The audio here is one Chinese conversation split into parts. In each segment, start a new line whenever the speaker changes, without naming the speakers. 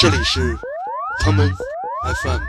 这里是他们 FM。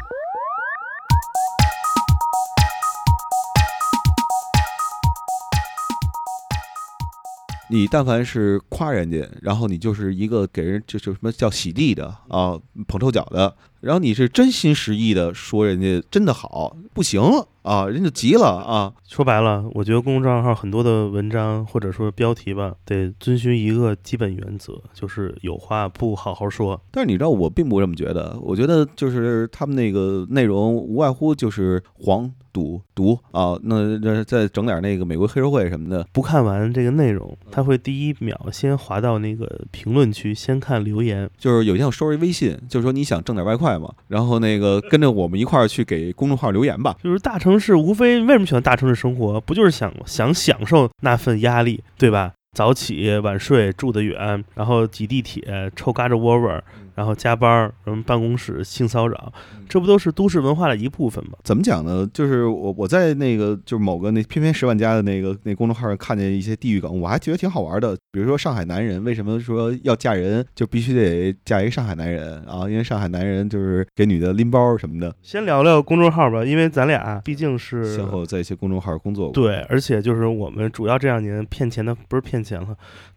你但凡是夸人家，然后你就是一个给人就是什么叫洗地的啊，捧臭脚的，然后你是真心实意的说人家真的好，不行啊，人家急了啊，
说白了，我觉得公众账号很多的文章或者说标题吧，得遵循一个基本原则，就是有话不好好说。
但是你知道，我并不这么觉得。我觉得就是他们那个内容无外乎就是黄赌毒啊，那那再整点那个美国黑社会什么的。
不看完这个内容，他会第一秒先滑到那个评论区，先看留言。
就是有一天我收了一微信，就是说你想挣点外快嘛，然后那个跟着我们一块儿去给公众号留言吧。
就是大城市，无非为什么喜欢大城市生活，不就是想想享受那份压力，对吧？早起晚睡，住得远，然后挤地铁，臭嘎着窝窝，然后加班儿，什么办公室性骚扰，这不都是都市文化的一部分吗？
怎么讲呢？就是我我在那个就是某个那偏偏十万加的那个那公众号上看见一些地域梗，我还觉得挺好玩的。比如说上海男人为什么说要嫁人就必须得嫁一个上海男人啊？因为上海男人就是给女的拎包什么的。
先聊聊公众号吧，因为咱俩毕竟是
先后在一些公众号工作过，
对，而且就是我们主要这两年骗钱的不是骗钱了，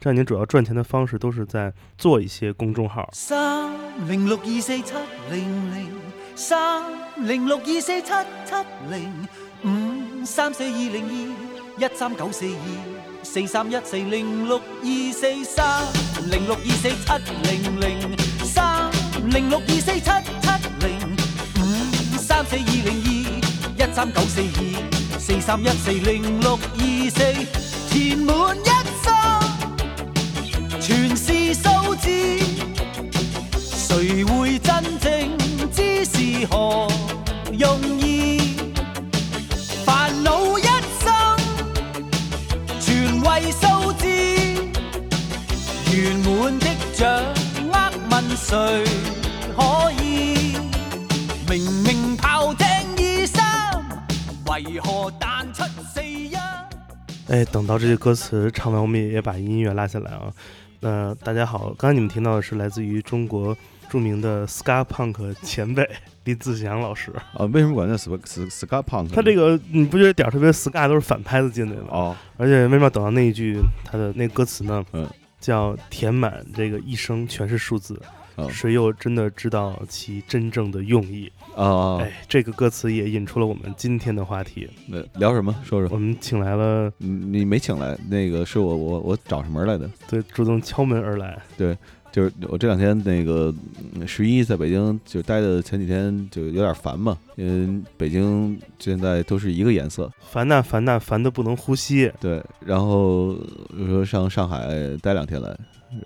这两年主要赚钱的方式都是在做一些公众号。
三零六二四七零零，三零六二四七七零，五三四二零二，一三九四二，四三一四零六二四三，零六二四七零零，三零六二四七七零，五三四二零二，一三九四二，四三一四零六二四，填滿一生，全是數字。谁会真正知是何用意？烦恼一生，全为数字。圆满的掌握，问谁可以？明明炮艇二三，为何弹出四一？
哎，等到这些歌词唱完，我们也把音乐拉下来啊。那大家好，刚才你们听到的是来自于中国著名的 ska punk 前辈 李自强老师，
啊，为什么管他叫 ska ska ska punk？
他这个你不觉得点儿特别 ska 都是反拍子进来吗？
哦，
而且为什么要等到那一句他的那歌词呢？
嗯，
叫填满这个一生全是数字，
嗯
谁又真的知道其真正的用意？
啊，
哎，这个歌词也引出了我们今天的话题。
那聊什么？说说。
我们请来了，
你你没请来，那个是我我我找上门来的。
对，主动敲门而来，
就是我这两天那个嗯十一在北京就待的前几天就有点烦嘛，因为北京现在都是一个颜色，
烦呐烦呐烦的不能呼吸。
对。然后就说上上海待两天来，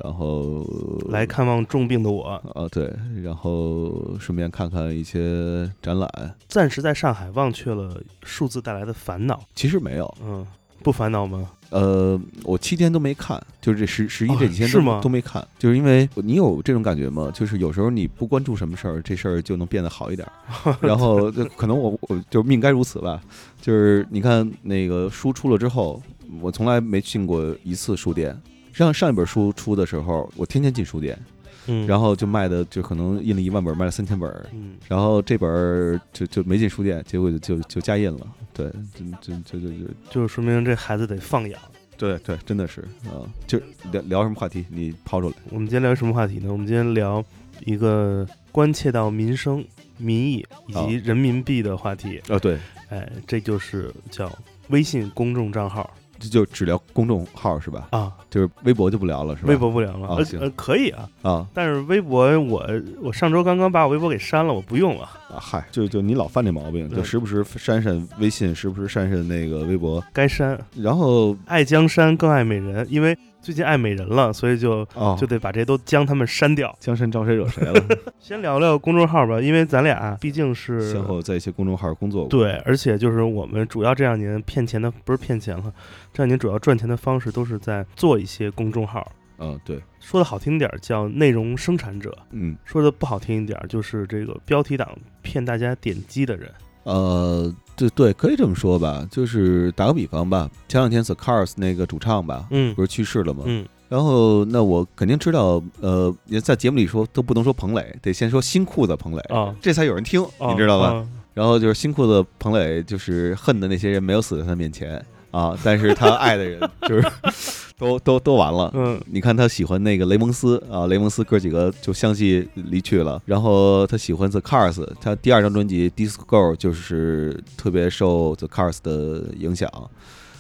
然后
来看望重病的我，
啊对，然后顺便看看一些展览。
暂时在上海忘却了数字带来的烦恼。
其实没有，
嗯，不烦恼吗？
呃，我七天都没看，就是这十十一
啊
这几天
是
都、
吗
都没看，就是因为你有这种感觉吗？就是有时候你不关注什么事儿，这事儿就能变得好一点儿。 然后就可能我我就命该如此吧。就是你看那个书出了之后，我从来没进过一次书店。上上一本书出的时候，我天天进书店，
嗯，
然
后
后就卖的就可能印了一万本，卖了三千本儿，
嗯，
然后这本儿就就没进书店，结果就就就加印了。对，就就就就就
就是说明这孩子得放养。
对对，真的是啊、就聊聊什么话题，你抛出来。
我们今天聊什么话题呢？我们今天聊一个关切到民生、民意以及人民币的话题。
啊，对，
哎，这就是叫微信公众账号
就就只聊公众号是吧？
啊，
就是微博就不聊了是吧？
微博不聊了，
啊
呃
行
呃可以啊，
啊，
但是微博我我上周刚刚把我微博给删了，我不用了，
啊嗨，就就你老犯这毛病，就
对
时不时删删微信，时不时删删那个微博，
该删。
然后
爱江山更爱美人，因为最近爱美人了，所以就
哦，
就得把这都将他们删掉。
江山招谁惹谁 了？
先聊聊公众号吧，因为咱俩啊毕竟是
先后在一些公众号工作过，
对，而且就是我们主要这两年骗钱的不是骗钱了，这两年主要赚钱的方式都是在做一些公众号，
嗯对，
说的好听点儿叫内容生产者，
嗯
说的不好听一点儿就是这个标题党骗大家点击的人。
呃，对对，可以这么说吧，就是打个比方吧，前两天 The Cars 那个主唱吧，
嗯
不是去世了吗？
嗯，
然后那我肯定知道，呃，也在节目里说都不能说彭磊，得先说新裤子彭磊，
啊，
这才有人听，
啊
你知道吧？
啊
然后就是新裤子彭磊，就是恨的那些人没有死在他面前啊，但是他爱的人就是 都都都完了。
嗯
你看他喜欢那个雷蒙斯啊，雷蒙斯哥几个就相继离去了。然后他喜欢 The Cars，他第二张专辑《Disco Girl》就是特别受 The Cars 的影响。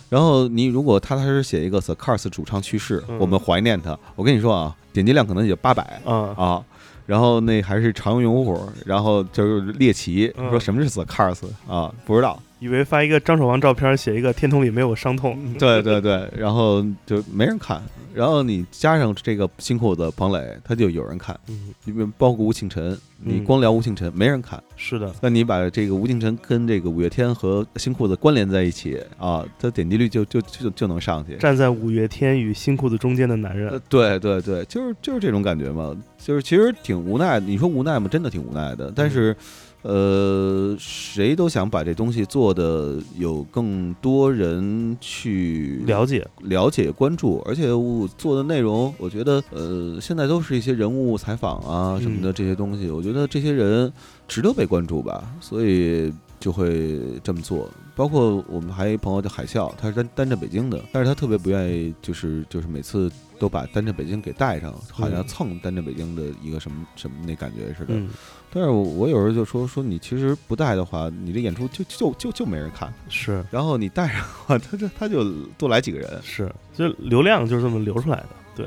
然后你如果踏踏实实写一个 The Cars 主唱去世，
嗯
我们怀念他。我跟你说啊，点击量可能也就八百，
啊
啊，然后那还是常用用户，然后就是猎奇，
嗯
说什么是 the cars 啊，不知 道，
以为发一个张守望照片，写一个天童里没有我伤痛，
对对对，然后就没人看，然后你加上这个新裤子彭磊，他就有人看，
嗯，
因为包括吴庆辰，你
嗯
光聊吴庆辰没人看，
是的，
那你把这个吴庆辰跟这个五月天和新裤子关联在一起啊，他点击率就就就就能上去，
站在五月天与新裤子中间的男人
呃，，对对对，就是就是这种感觉嘛，就是其实挺无奈。你说无奈吗？真的挺无奈的。但是，呃，谁都想把这东西做的有更多人去
了解，
了解、关注，而且我做的内容，我觉得，呃，现在都是一些人物采访啊什么的
嗯
这些东西，我觉得这些人值得被关注吧，所以就会这么做。包括我们还有一朋友叫海啸，他是单单着北京的，但是他特别不愿意，就是就是每次都把单着北京给带上，好像
嗯
蹭单着北京的一个什么什么那感觉似的。
嗯，
但是我我有时候就说说你其实不带的话，你这演出就就就就没人看，
是
然后你带上的话，他就他就多来几个人，
是，就流量就是这么流出来的，对，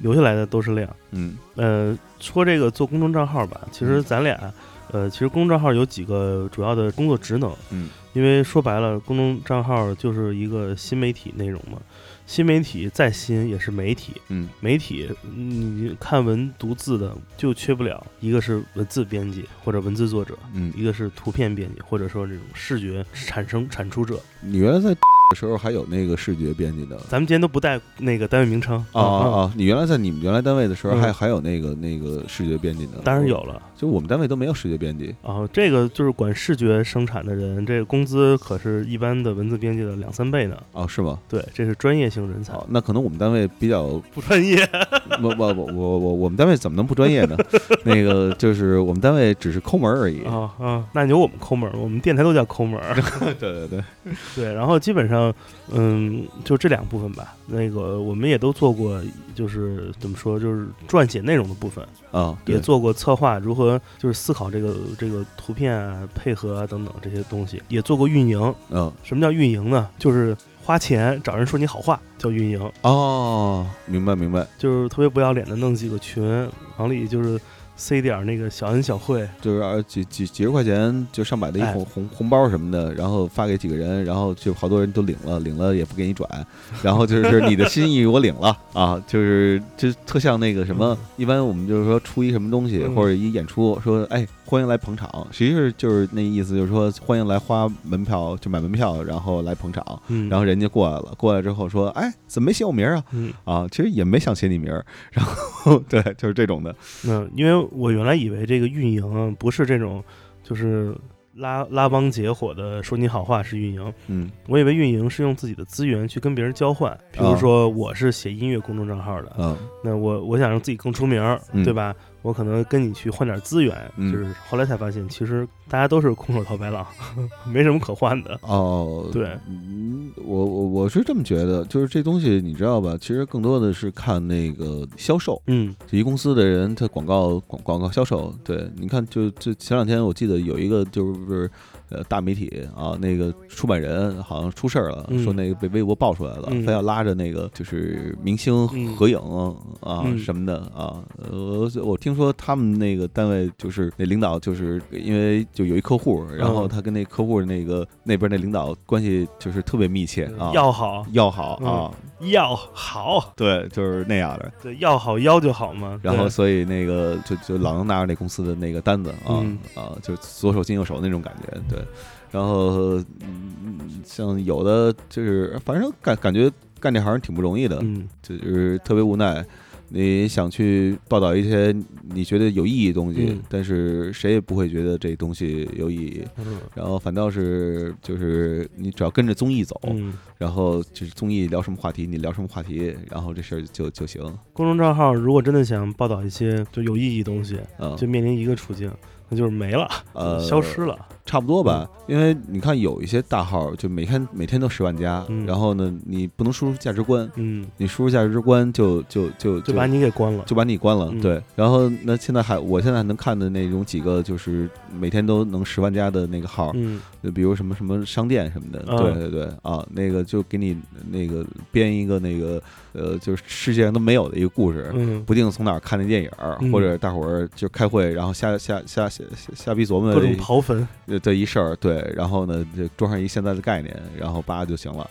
留下来的都是量。
嗯。
呃，说这个做公众账号吧，其实
嗯
咱俩，呃，其实公众账号有几个主要的工作职能，
嗯，
因为说白了，公众账号就是一个新媒体内容嘛，新媒体再新也是媒体，
嗯
媒体你看文读字的就缺不了，一个是文字编辑或者文字作者，
嗯，
一个是图片编辑或者说这种视觉产生产出者。
你原来在 的时候还有那个视觉编辑的
咱们今天都不带那个单位名称
啊啊！啊！你原来在你们原来单位的时候
嗯
还还有那个那个视觉编辑呢？
当然有，了。
就我们单位都没有视觉编辑。
然后呃这个就是管视觉生产的人，这个工资可是一般的文字编辑的两三倍呢。
哦，是吗？
对，这是专业性人才，
哦，那可能我们单位比较我
不专业。
我我我我我们单位怎么能不专 业呢？那个就是我们单位只是抠门儿而已。
啊啊，那有我们抠门儿，我们电台都叫抠门 儿。
对对对，
对，然后基本上，嗯，就这两部分吧。那个我们也都做过，就是怎么说，就是撰写内容的部分，
啊，
也
对
做过策划，如何就是思考这个这个图片啊、配合啊等等这些东西，也做过运营。
嗯
什么叫运营呢？就是花钱找人说你好话叫运营。
哦，明白明白，
就是特别不要脸的弄几个群，往里就是塞点儿那个小恩小惠，
就是啊几几几十块钱就上百的一
哎
红红红包什么的，然后发给几个人，然后就好多人都领了，领了也不给 你转，然后就是你的心意我领了啊，就是就特像那个什么，一般我们就是说出一什么东西
嗯
或者一演出，说哎欢迎来捧场，实际是就是那意思就是说欢迎来花门票就买门票，然后来捧场，
嗯，
然后人家过来了，过来之后说哎怎么没写我名儿啊
嗯，
啊，其实也没想写你名儿，然后 对就是这种的，
那因为我原来以为这个运营啊不是这种，就是拉拉帮结伙的说你好话是运营，
嗯
我以为运营是用自己的资源去跟别人交换，比如
啊
说我是写音乐公众账号的，
啊
那我我想让自己更出名儿，
嗯
呃对吧？我可能跟你去换点资源，
嗯
就是后来才发现，其实大家都是空手套白狼， 没什么可换的。
哦
对，
嗯，我我我是这么觉得，就是这东西你知道吧？其实更多的是看那个销售，
嗯
就一公司的人他广告广广告销售。对，你看就就前两天我记得有一个就是呃大媒体啊，那个出版人好像出事儿了，
嗯
说那个被微博爆出来了，
嗯
非要拉着那个就是明星
嗯
合影啊、
嗯
什么的啊。呃，我听说他们那个单位就是那领导就是因为就有一客户，然后他跟那客户那个那边那领导关系就是特别密切啊。
嗯要好
要好
嗯
啊，
要好，
对，就是那样的。
对，要好要就好嘛。
然后
对
所以那个就就老能拿着那公司的那个单子啊、
嗯
啊，就左手进右手那种感觉，对。然后嗯，像有的就是反正感感觉干这行挺不容易的，
嗯，
就是特别无奈。你想去报道一些你觉得有意义的东西，
嗯
但是谁也不会觉得这东西有意义。然后反倒是就是你只要跟着综艺走，
嗯，
然后就是综艺聊什么话题，你聊什么话题，然后这事儿就就行。
公众账号如果真的想报道一些就有意义的东西，
嗯，
就面临一个处境，那就是没了，
呃
消失了。
差不多吧，
嗯
因为你看有一些大号就每天每天都十万加，
嗯
然后呢，你不能输入价值观，
嗯，
你输入价值观就就就
就把你给关了。
就把你关了，
嗯
对。然后那现在还我现在还能看的那种几个就是每天都能十万加的那个号，
嗯
就比如什么什么商店什么的，
嗯
对对对啊，那个就给你那个编一个那个呃，就是世界上都没有的一个故事。
嗯，
不定从哪儿看的电影儿，
嗯
或者大伙儿就开会，然后瞎瞎瞎瞎瞎瞎逼琢磨
各种刨坟。
呃的一事儿，对，然后呢就装上一现在的概念，然后叭就行了。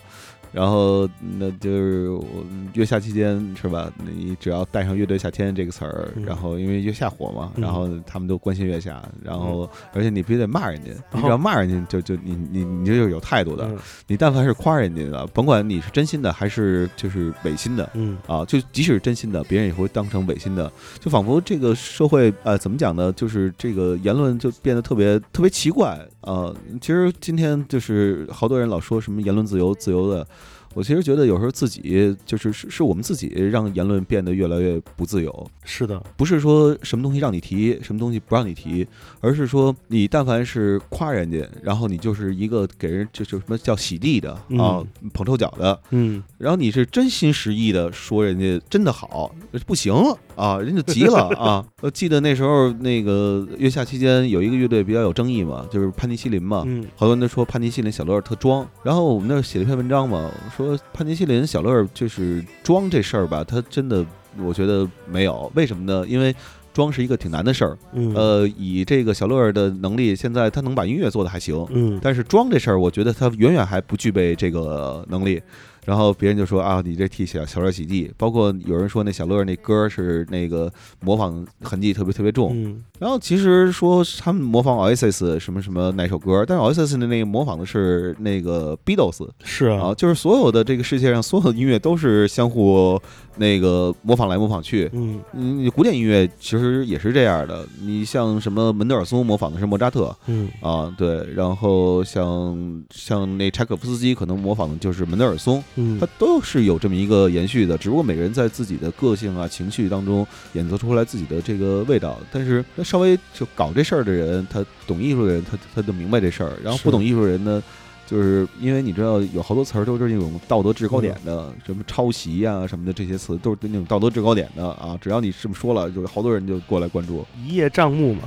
然后那就是我月下期间是吧？你只要带上“乐队夏天”这个词儿，
嗯
然后因为月下火嘛，
嗯
然后他们都关心月下，然后而且你必须得骂人家，
哦
你只要骂人家就就你你你这就是有态度的。
嗯
你但凡是夸人家的，甭管你是真心的还是就是违心的，
嗯
啊，就即使是真心的，别人也会当成违心的，就仿佛这个社会呃怎么讲呢？就是这个言论就变得特别特别奇怪呃。其实今天就是好多人老说什么言论自由自由的，我其实觉得有时候自己就是是是我们自己让言论变得越来越不自由。
是的，
不是说什么东西让你提，什么东西不让你提，而是说你但凡是夸人家，然后你就是一个给人就是什么叫洗地的啊，捧臭脚的，
嗯
然后你是真心实意的说人家真的好，不行啊，人家急 了啊。我记得那时候那个月下期间有一个乐队比较有争议嘛，就是潘尼西林嘛，
嗯
好多人都说潘尼西林小乐儿特装。然后我们那儿写了一篇文章嘛，说潘尼西林小乐儿就是装这事儿吧，他真的我觉得没有，为什么呢？因为装是一个挺难的事儿。
嗯
呃，以这个小乐儿的能力，现在他能把音乐做得还行，
嗯
但是装这事儿，我觉得他远远还不具备这个能力。然后别人就说啊，你这替小小乐洗地，包括有人说那小乐那歌是那个模仿痕迹特别特别重。
嗯
然后其实说他们模仿 Oasis 什么什么哪首歌，但是 Oasis 的那个模仿的是那个 Beatles
是啊
啊，，就是所有的这个世界上所有的音乐都是相互那个模仿来模仿去。
嗯
嗯，古典音乐其实也是这样的，你像什么门德尔松模仿的是莫扎特，
嗯
啊，对，然后像像那柴可夫斯基可能模仿的就是门德尔松，
嗯
他都是有这么一个延续的，只不过每个人在自己的个性啊、情绪当中演奏出来自己的这个味道。但是那稍微就搞这事儿的人，他懂艺术的人，他他就明白这事儿；然后
是
不懂艺术的人呢，就是因为你知道有好多词儿都是那种道德制高点的，
嗯
什么抄袭呀、什么的这些词都是那种道德制高点的啊。只要你这么说了，就好多人就过来关注。
一叶障目嘛，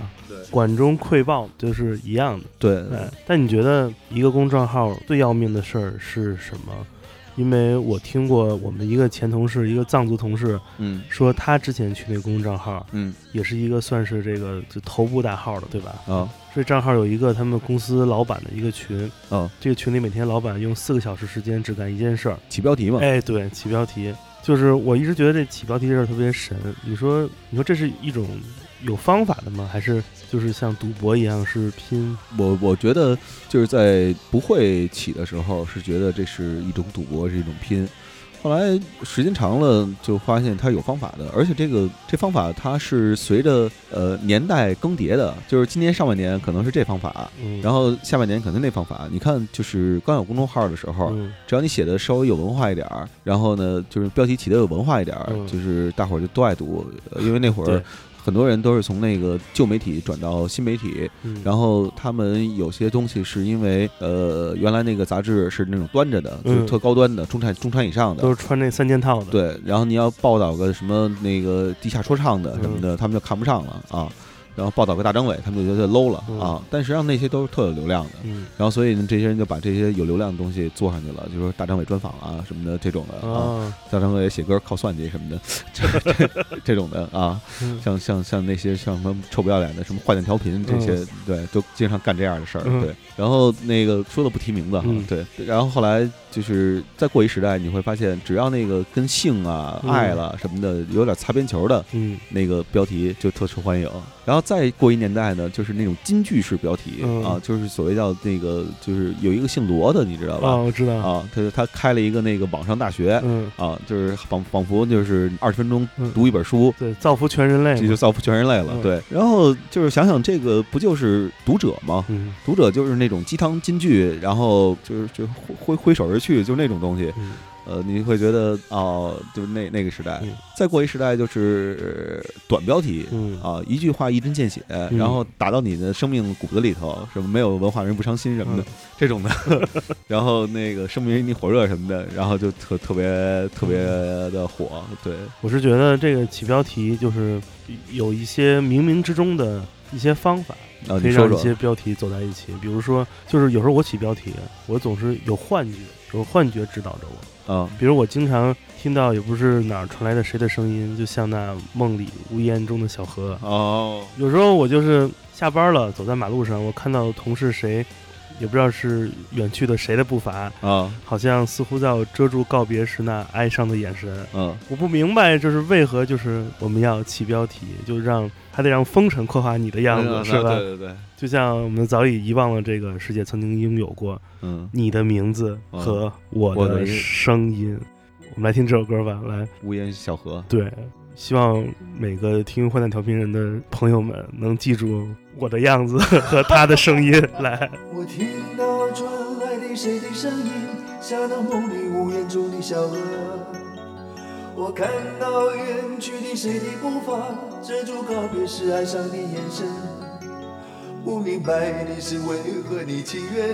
管中窥豹就是一样的。
对，
哎，但你觉得一个公众号最要命的事儿是什么？因为我听过我们一个前同事，一个藏族同事
嗯
说，他之前去那公众账号，
嗯
也是一个算是这个就头部大号的，对吧？
啊
这账号有一个他们公司老板的一个群，
啊，
这个群里每天老板用四个小时时间只干一件事儿，
起标题嘛。
哎，对，起标题就是我一直觉得这起标题这事儿特别神。你说，你说这是一种有方法的吗？还是就是像赌博一样是拼？
我我觉得就是在不会起的时候，是觉得这是一种赌博，是一种拼。后来时间长了，就发现它有方法的，而且这个这方法它是随着呃年代更迭的，就是今年上半年可能是这方法，
嗯，
然后下半年可能那方法。你看，就是刚有公众号的时候，
嗯
只要你写的稍微有文化一点儿，然后呢，就是标题起的有文化一点儿，
嗯
就是大伙儿就都爱读，呃因为那会
对
儿很多人都是从那个旧媒体转到新媒体，
嗯，
然后他们有些东西是因为呃，原来那个杂志是那种端着的，就
嗯
是特高端的，中产中产以上的。
都是穿那三件套的，，
对，然后你要报道个什么那个地下说唱的什么
嗯
的，他们就看不上了啊。然后报道个大张伟，他们就觉得 low 了
嗯
啊。但实际上那些都是特有流量的，
嗯
然后所以呢，这些人就把这些有流量的东西做上去了，就说大张伟专访啊什么的这种的啊，
啊，
大张伟写歌靠算计什么的， 这这这种的啊。
嗯
像像像那些像什么臭不要脸的什么坏蛋调频这些，对，都经常干这样的事儿。
嗯
对，然后那个说的不提名字哈，
嗯
对，然后后来就是再过一时代，你会发现，只要那个跟性啊、
嗯
爱了什么的有点擦边球的
嗯
那个标题就特受欢迎。然后再过一年代呢，就是那种金句式标题、
嗯
啊，就是所谓叫那个，就是有一个姓罗的，你知道吧？
哦，我知道，
啊，他他开了一个那个网上大学、
嗯，
啊，就是仿仿佛就是二十分钟
嗯
读一本书，
对，造福全人类
这就
嘛，
造福全人类了。
嗯
对，然后就是想想这个不就是读者吗？
嗯
读者就是那种鸡汤金句，然后就是就挥挥手而去，就那种东西。
嗯
呃，你会觉得哦，就是那那个时代
嗯。
再过一时代就是呃短标题
嗯
啊，一句话一针见血，然后打到你的生命骨子里头，什么没有文化人不伤心什么的
嗯
这种的。 然后那个生命因你火热什么的，然后就特特别特别的火。对，
我是觉得这个起标题就是有一些冥冥之中的一些方法，
啊，
可
你
以
说
让一
说
些标题走在一起。比如说，就是有时候我起标题，我总是有幻觉，有幻觉指导着我。
啊，
比如我经常听到也不是哪儿传来的谁的声音，就像那梦里呜咽中的小河。啊
哦，
有时候我就是下班了，走在马路上，我看到同事谁，也不知道是远去的谁的步伐，
啊，
好像似乎要遮住告别时那哀伤的眼神。
嗯，
我不明白，就是为何就是我们要起标题，就让还得让风尘刻画你的样子，
嗯
是吧
对？对对，
就像我们早已遗忘了这个世界曾经拥有过
嗯，
你的名字和我
我的
的声音。我们来听这首歌吧，来，
无言小河。
对，希望每个听《坏蛋调频人》的朋友们能记住我的样子 和他的声音。来，
我听到传来的谁的声音，像那梦里呜咽中的小河。我看到远去的谁的步伐，遮住告别时哀伤的眼神。不明白你是为何你情愿，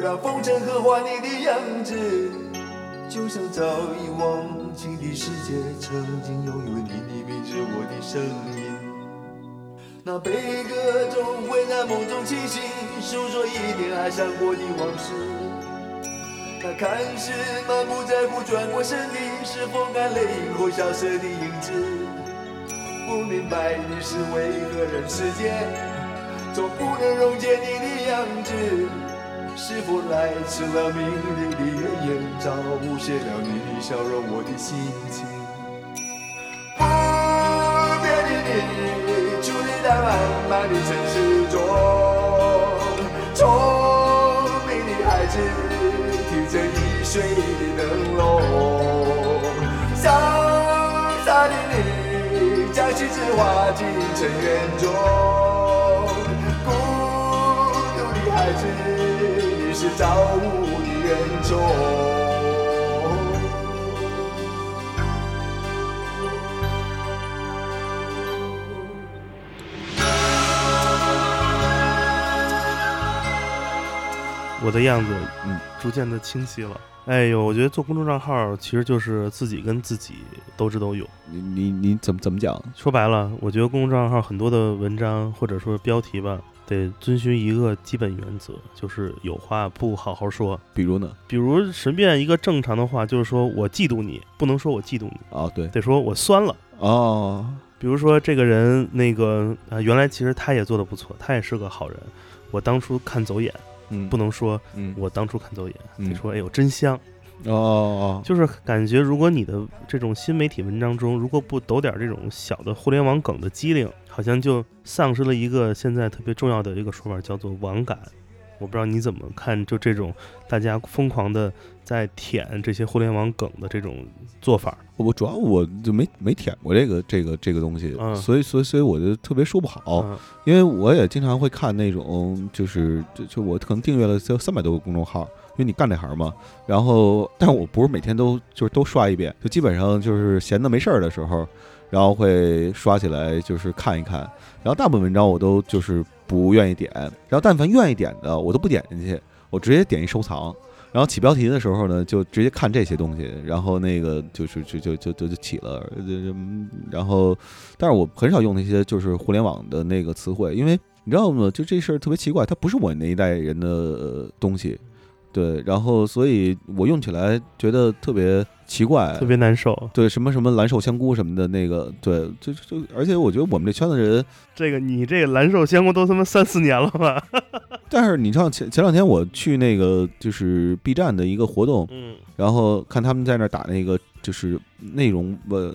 让风尘刻画你的样子，就像早已忘情的世界，曾经拥有你的名字，我的声音。那悲歌中会在梦中清醒，诉说一点哀伤过的往事。那看似满不在乎转过身的，是风干泪后消失的影子。不明白你是为何人世间，总不能溶解你的样子。是否来迟了命运的怨言，早无解了你的笑容，我的心情。不变的你，矗立在漫漫的城市中，聪明的孩子听着易碎的灯笼，潇洒的你，将心事化进尘缘中，孤独的孩子，你是造物的恩宠。
我的样子，
嗯，
逐渐的清晰了。哎呦，我觉得做公众账号其实就是自己跟自己斗智斗勇。
你你你怎么怎么讲？
说白了，我觉得公众账号很多的文章或者说标题吧，得遵循一个基本原则，就是有话不好好说。
比如呢？
比如随便一个正常的话，就是说我嫉妒你，不能说我嫉妒你，
哦，对，
得说我酸了。
哦，
比如说这个人，那个啊、呃原来其实他也做的不错，他也是个好人。我当初看走眼，
嗯，
不能说
嗯，
我当初看走眼，
嗯
得说哎呦真香。
哦哦，
就是感觉，如果你的这种新媒体文章中，如果不抖点这种小的互联网梗的机灵，好像就丧失了一个现在特别重要的一个说法，叫做网感。我不知道你怎么看，就这种大家疯狂的在舔这些互联网梗的这种做法。
我主要我就没没舔过这个这个这个东西，
嗯
所以所以所以我就特别说不好，
嗯
因为我也经常会看那种就是就就我可能订阅了就三百多个公众号，因为你干这行嘛，然后但我不是每天都就是都刷一遍，就基本上就是闲的没事儿的时候，然后会刷起来就是看一看，然后大部分文章我都就是不愿意点，然后但凡愿意点的我都不点进去，我直接点一收藏。然后起标题的时候呢，就直接看这些东西，然后那个就是就就就就就起了，呃就然后，但是我很少用那些就是互联网的那个词汇，因为你知道吗？就这事儿特别奇怪，它不是我那一代人的呃东西，对，然后所以我用起来觉得特别奇怪，
特别难受。
对什么什么蓝瘦香菇什么的那个，对，就就而且我觉得我们这圈子人
这个你这个蓝瘦香菇都他妈三四年了吧？
但是你知道前前两天我去那个就是 B 站的一个活动，
嗯
然后看他们在那儿打那个就是内容呃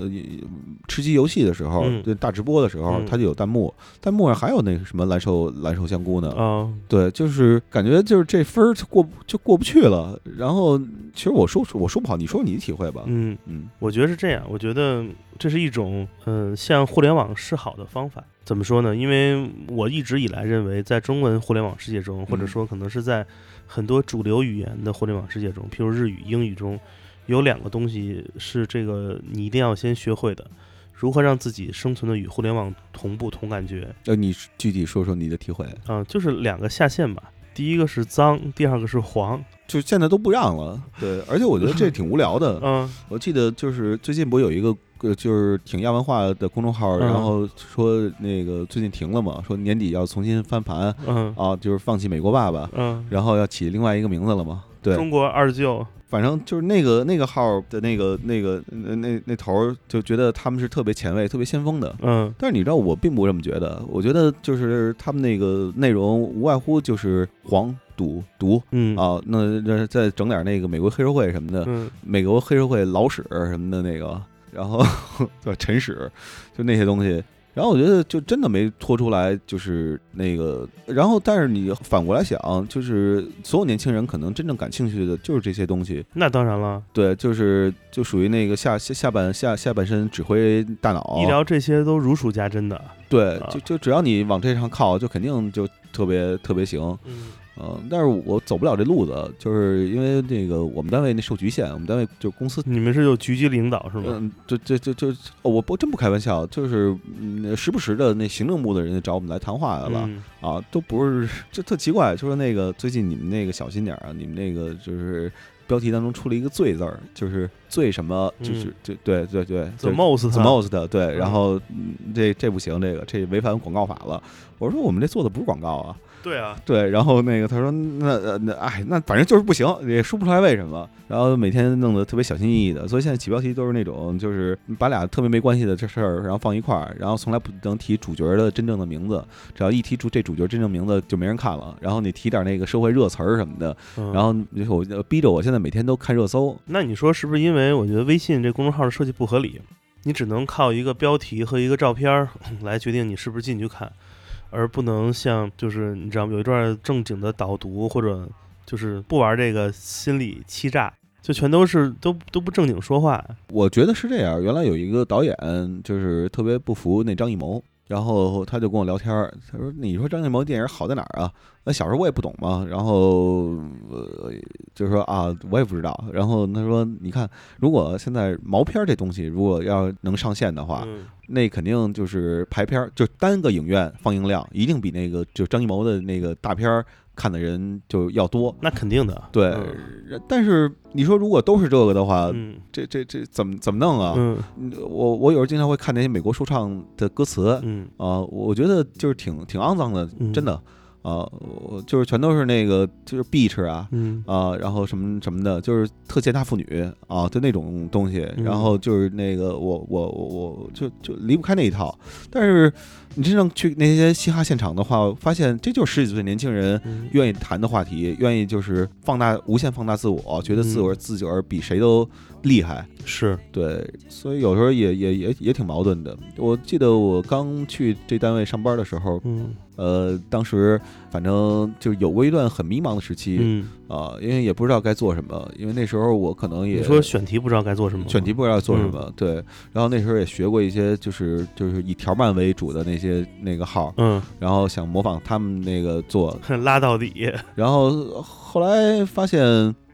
吃鸡游戏的时候，
嗯
对大直播的时候
嗯，
它就有弹幕，弹幕上还有那个什么蓝瘦蓝瘦香菇呢，
啊，
对，就是感觉就是这分儿就过不就过不去了。然后其实我说我说不好，你说你的体会吧。
嗯，
嗯
我觉得是这样，我觉得这是一种嗯、呃向互联网示好的方法。怎么说呢？因为我一直以来认为，在中文互联网世界中，或者说可能是在很多主流语言的互联网世界中，譬如日语、英语中，有两个东西是这个你一定要先学会的：如何让自己生存的与互联网同步、同感觉。
呃，你具体说说你的体会。
啊、就是两个下限吧。第一个是脏，第二个是黄。
就现在都不让了，对，而且我觉得这挺无聊 的。
嗯、
我记得就是最近不是有一个呃，就是挺亚文化的公众号，
嗯
然后说那个最近停了嘛，说年底要重新翻盘
嗯
啊，就是放弃美国爸爸，
嗯，
然后要起另外一个名字了嘛。对，
中国二舅。
反正就是那个那个号的那个那个那那那头儿就觉得他们是特别前卫、特别先锋的。
嗯
但是你知道，我并不这么觉得。我觉得就是他们那个内容无外乎就是黄赌毒
嗯
啊，那那再整点那个美国黑社会什么的，
嗯
美国黑社会老史什么的那个，然后对陈史，就那些东西。然后我觉得就真的没拖出来，就是那个，然后但是你反过来想，就是所有年轻人可能真正感兴趣的就是这些东西，
那当然了，
对，就是就属于那个下下下半下下半身指挥大脑，
医疗这些都如数家珍的。
对
啊，
就就只要你往这上靠，就肯定就特别特别行，
嗯
嗯、但是我走不了这路子，就是因为那个我们单位那受局限，我们单位就公司
你们是有局级领导是吗？
嗯，就就就就，哦我不真不开玩笑，就是嗯，时不时的那行政部的人就找我们来谈话来了、
嗯
啊，都不是，就特奇怪，就说那个最近你们那个小心点儿啊，你们那个就是标题当中出了一个“罪”字儿，就是罪什么，就是、
嗯
就对对对
，the
就是
most
the most 对，
嗯
然后、嗯这这不行，这个这违反广告法了。我说我们这做的不是广告啊，
对啊，
对，然后那个他说那呃那哎那反正就是不行，也说不出来为什么。然后每天弄得特别小心翼翼的，所以现在起标题都是那种就是把俩特别没关系的这事儿，然后放一块儿，然后从来不能提主角的真正的名字，只要一提出这主角真正名字就没人看了。然后你提点那个社会热词儿什么的，
嗯
然后就是我逼着我现在每天都看热搜，
那你说是不是因为我觉得微信这公众号的设计不合理，你只能靠一个标题和一个照片儿 来决定你是不是进去看，而不能像就是你知道吗？有一段正经的导读或者就是不玩这个心理欺诈，就全都是都都不正经说话。
我觉得是这样，原来有一个导演就是特别不服那张艺谋，然后他就跟我聊天儿，他说：“你说张艺谋电影好在哪儿啊？那小时候我也不懂嘛，然后呃就说啊，我也不知道。然后他说，你看，如果现在毛片儿这东西如果要能上线的话，
嗯
那肯定就是排片儿，就单个影院放映量一定比那个就张艺谋的那个大片儿看的人就要多。”
那肯定的。
对
嗯，
但是你说如果都是这个的话，
嗯
这这这怎么怎么弄啊？
嗯
嗯我我有时候经常会看那些美国说唱的歌词啊、
嗯
我觉得就是挺挺肮脏的
嗯，
真的啊、我就是全都是那个就是 beach 啊
嗯
啊、然后什么什么的，就是特践踏妇女啊，就那种东西，
嗯
然后就是那个我我我我就就离不开那一套，但是你真正去那些嘻哈现场的话，发现这就是十几岁年轻人
嗯
愿意谈的话题，愿意就是放大无限放大自我，觉得
嗯
自我、自己儿比谁都厉害。
是
对，所以有时候也也也也挺矛盾的。我记得我刚去这单位上班的时候，
嗯
呃，当时反正就有过一段很迷茫的时期
嗯，
啊、因为也不知道该做什么，因为那时候我可能也
你说嗯选题不知道该做什么吗？
选题不知道做什么，对。然后那时候也学过一些就是就是以条漫为主的那些那个号，
嗯
然后想模仿他们那个做，
拉到底。
然后后来发现，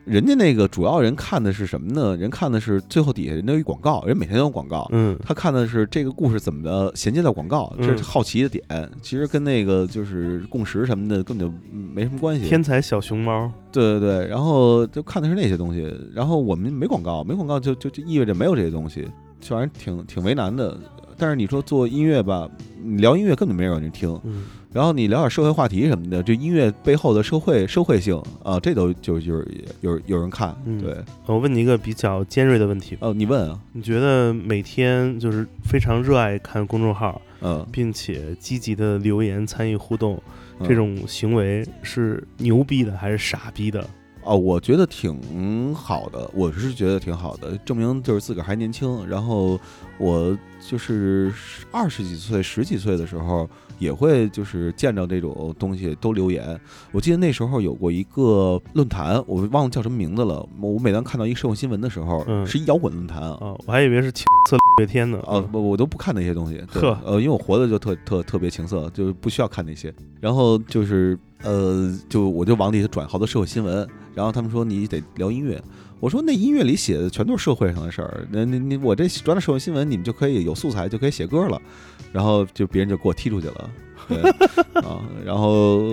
人家那个主要人看的是什么呢？人看的是最后底下人家有一广告，人每天都有广告。
嗯
他看的是这个故事怎么衔接到广告，
嗯
这是好奇的点。其实跟那个就是共识什么的根本就嗯没什么关系。
天才小熊猫。
对对对，然后就看的是那些东西。然后我们没广告，没广告就就就意味着没有这些东西，反正挺挺为难的。但是你说做音乐吧，你聊音乐根本没有人听，
嗯
然后你聊点社会话题什么的，这音乐背后的社会社会性啊，这都就就是有有人看
嗯，
对。
我问你一个比较尖锐的问题吧，
哦，你问啊，
你觉得每天就是非常热爱看公众号，
嗯，
并且积极的留言参与互动，
嗯
这种行为是牛逼的还是傻逼的？
哦，我觉得挺好的，我是觉得挺好的，证明就是自个儿还年轻。然后我就是二十几岁、十几岁的时候，也会就是见着这种东西都留言。我记得那时候有过一个论坛，我忘了叫什么名字了。我每当看到一个社会新闻的时候，
嗯
是一摇滚论坛啊。
啊，我还以为是青 色月天呢。
哦，我我都不看那些东西，对
呵，
呃，因为我活的就特特特别情色，就是不需要看那些。然后就是呃，就我就往里转好多社会新闻，然后他们说你得聊音乐，我说那音乐里写的全都是社会上的事儿，那那你我这转到社会新闻，你们就可以有素材，就可以写歌了。然后就别人就给我踢出去了。对啊，然后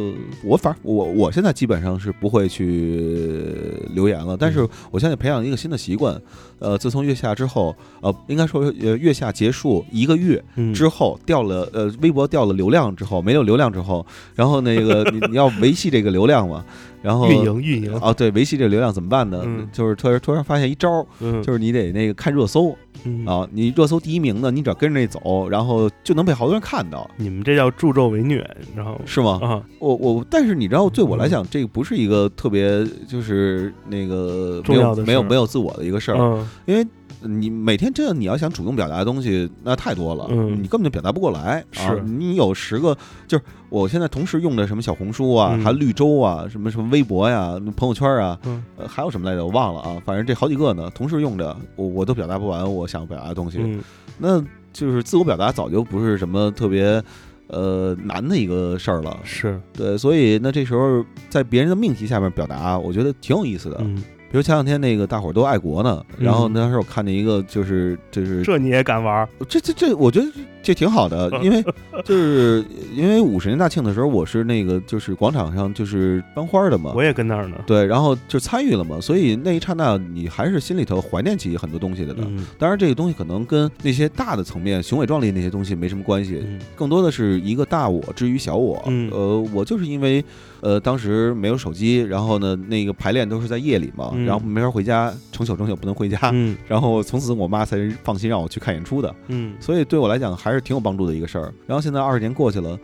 我反正我我现在基本上是不会去留言了，但是我现在培养一个新的习惯，呃，自从月下之后，呃，应该说呃月下结束一个月
嗯，
之后掉了，呃，微博掉了流量之后，没有流量之后，然后那 个你你要维系这个流量嘛，然后
运营运营，
啊，对，维系这个流量怎么办呢？
嗯
就是突然突然发现一招儿，
嗯，
就是你得那个看热搜
嗯，
啊，你热搜第一名呢，你只要跟着那走，然后就能被好多人看到，
你们这叫助纣为虐，然后
是吗？
啊，
我我，但是你知道，对
嗯
我来讲，这个不是一个特别就是那个没
重
有
要的事儿
没有没有自我的一个事儿，
嗯
因为你每天真的你要想主动表达的东西，那太多了，
嗯
你根本就表达不过来。啊
是、
你有十个，就是我现在同时用的什么小红书啊，
嗯
还有绿洲啊，什么什么微博呀、朋友圈啊、
嗯
呃还有什么来着，我忘了啊，反正这好几个呢，同时用着，我我都表达不完我想表达的东西。
嗯
那就是自我表达早就不是什么特别。呃，难的一个事儿了，
是，
对，所以那这时候在别人的命题下面表达，我觉得挺有意思的。
嗯，
比如前两天那个大伙儿都爱国呢，
嗯
然后那时候我看见一个就是就是
这你嗯也敢玩儿？
这这这，我觉得这挺好的，因为就是因为五十年大庆的时候，我是那个就是广场上就是搬花儿的嘛
我，也跟那儿呢。
对，然后就参与了嘛，所以那一刹那你还是心里头怀念起很多东西的呢。
嗯
当然，这个东西可能跟那些大的层面雄伟壮丽那些东西没什么关系，
嗯
更多的是一个大我至于小我。
嗯
呃，我就是因为呃当时没有手机，然后呢那个排练都是在夜里嘛，
嗯
然后没法回家，成宿成宿不能回家。
嗯
然后从此我妈才放心让我去看演出的，
嗯
所以对我来讲还是挺有帮助的一个事儿。然后现在二十年过去了，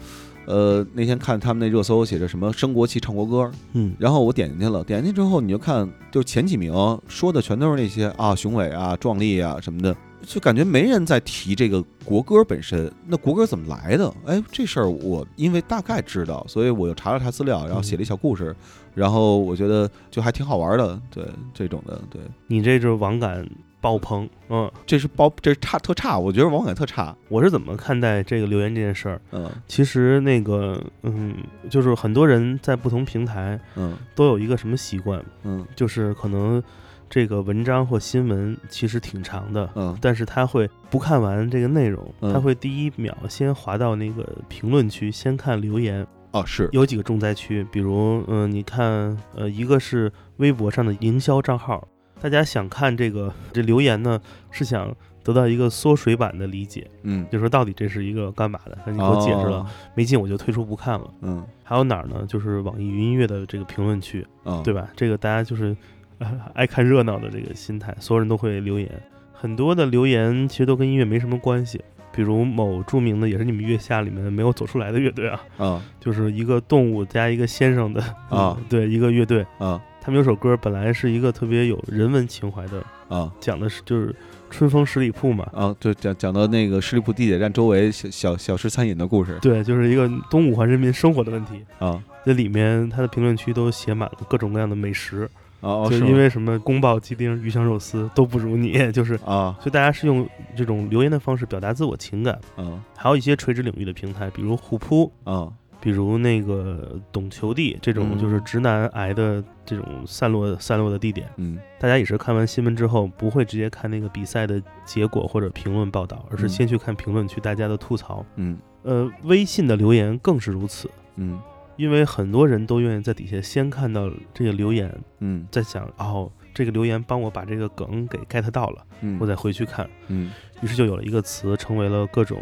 呃，那天看他们那热搜写着什么升国旗唱国歌，
嗯
然后我点进去了，点进去之后你就看，就前几名说的全都是那些啊雄伟啊、壮丽啊什么的，就感觉没人在提这个国歌本身。那国歌怎么来的？哎，这事儿我因为大概知道，所以我就查了查资料，然后写了一小故事，然后我觉得就还挺好玩的。对，这种的，对，
你这就是网感爆棚。嗯，
这是包，这是差特差，我觉得网感特差。
我是怎么看待这个留言这件事儿？
嗯
其实那个，嗯，就是很多人在不同平台
嗯
都有一个什么习惯，
嗯
就是可能这个文章或新闻其实挺长的，
嗯
但是他会不看完这个内容，
嗯
他会第一秒先滑到那个评论区，先看留言。
哦是，
有几个重灾区，比如，嗯、你看，呃，一个是微博上的营销账号，大家想看这个这留言呢，是想得到一个缩水版的理解，
嗯，
就说到底这是一个干嘛的，那你给我解释了，
哦，
没劲我就退出不看了。
嗯
还有哪儿呢？就是网易云音乐的这个评论区，
啊
对吧？这个大家就是、 呃爱看热闹的这个心态，所有人都会留言。很多的留言其实都跟音乐没什么关系，比如某著名的也是你们月下里面没有走出来的乐队啊，
啊
就是一个动物加一个先生的嗯
啊，
对，一个乐队。
啊
他们有首歌本来是一个特别有人文情怀的，
啊。
讲的是就是春风十里铺嘛，
啊，就讲讲到那个十里铺地铁站周围小小小吃餐饮的故事
对，就是一个东五环人民生活的问题。
啊
这里面他的评论区都写满了各种各样的美食，
啊哦，
就是因
吗
为什么宫保鸡丁、鱼香肉丝都不如你， 就是
啊
所以大家是用这种留言的方式表达自我情感。
啊
还有一些垂直领域的平台，比如虎扑，
啊
比如那个懂球帝这种
嗯
就是直男癌的这种散落散落的地点，
嗯
大家也是看完新闻之后不会直接看那个比赛的结果或者评论报道，而是
嗯
先去看评论区大家的吐槽。
嗯
呃，微信的留言更是如此，
嗯
因为很多人都愿意在底下先看到这个留言，
嗯
再想哦，这个留言帮我把这个梗给 get 到了，
嗯，
我再回去看。
嗯
于是就有了一个词，成为了各种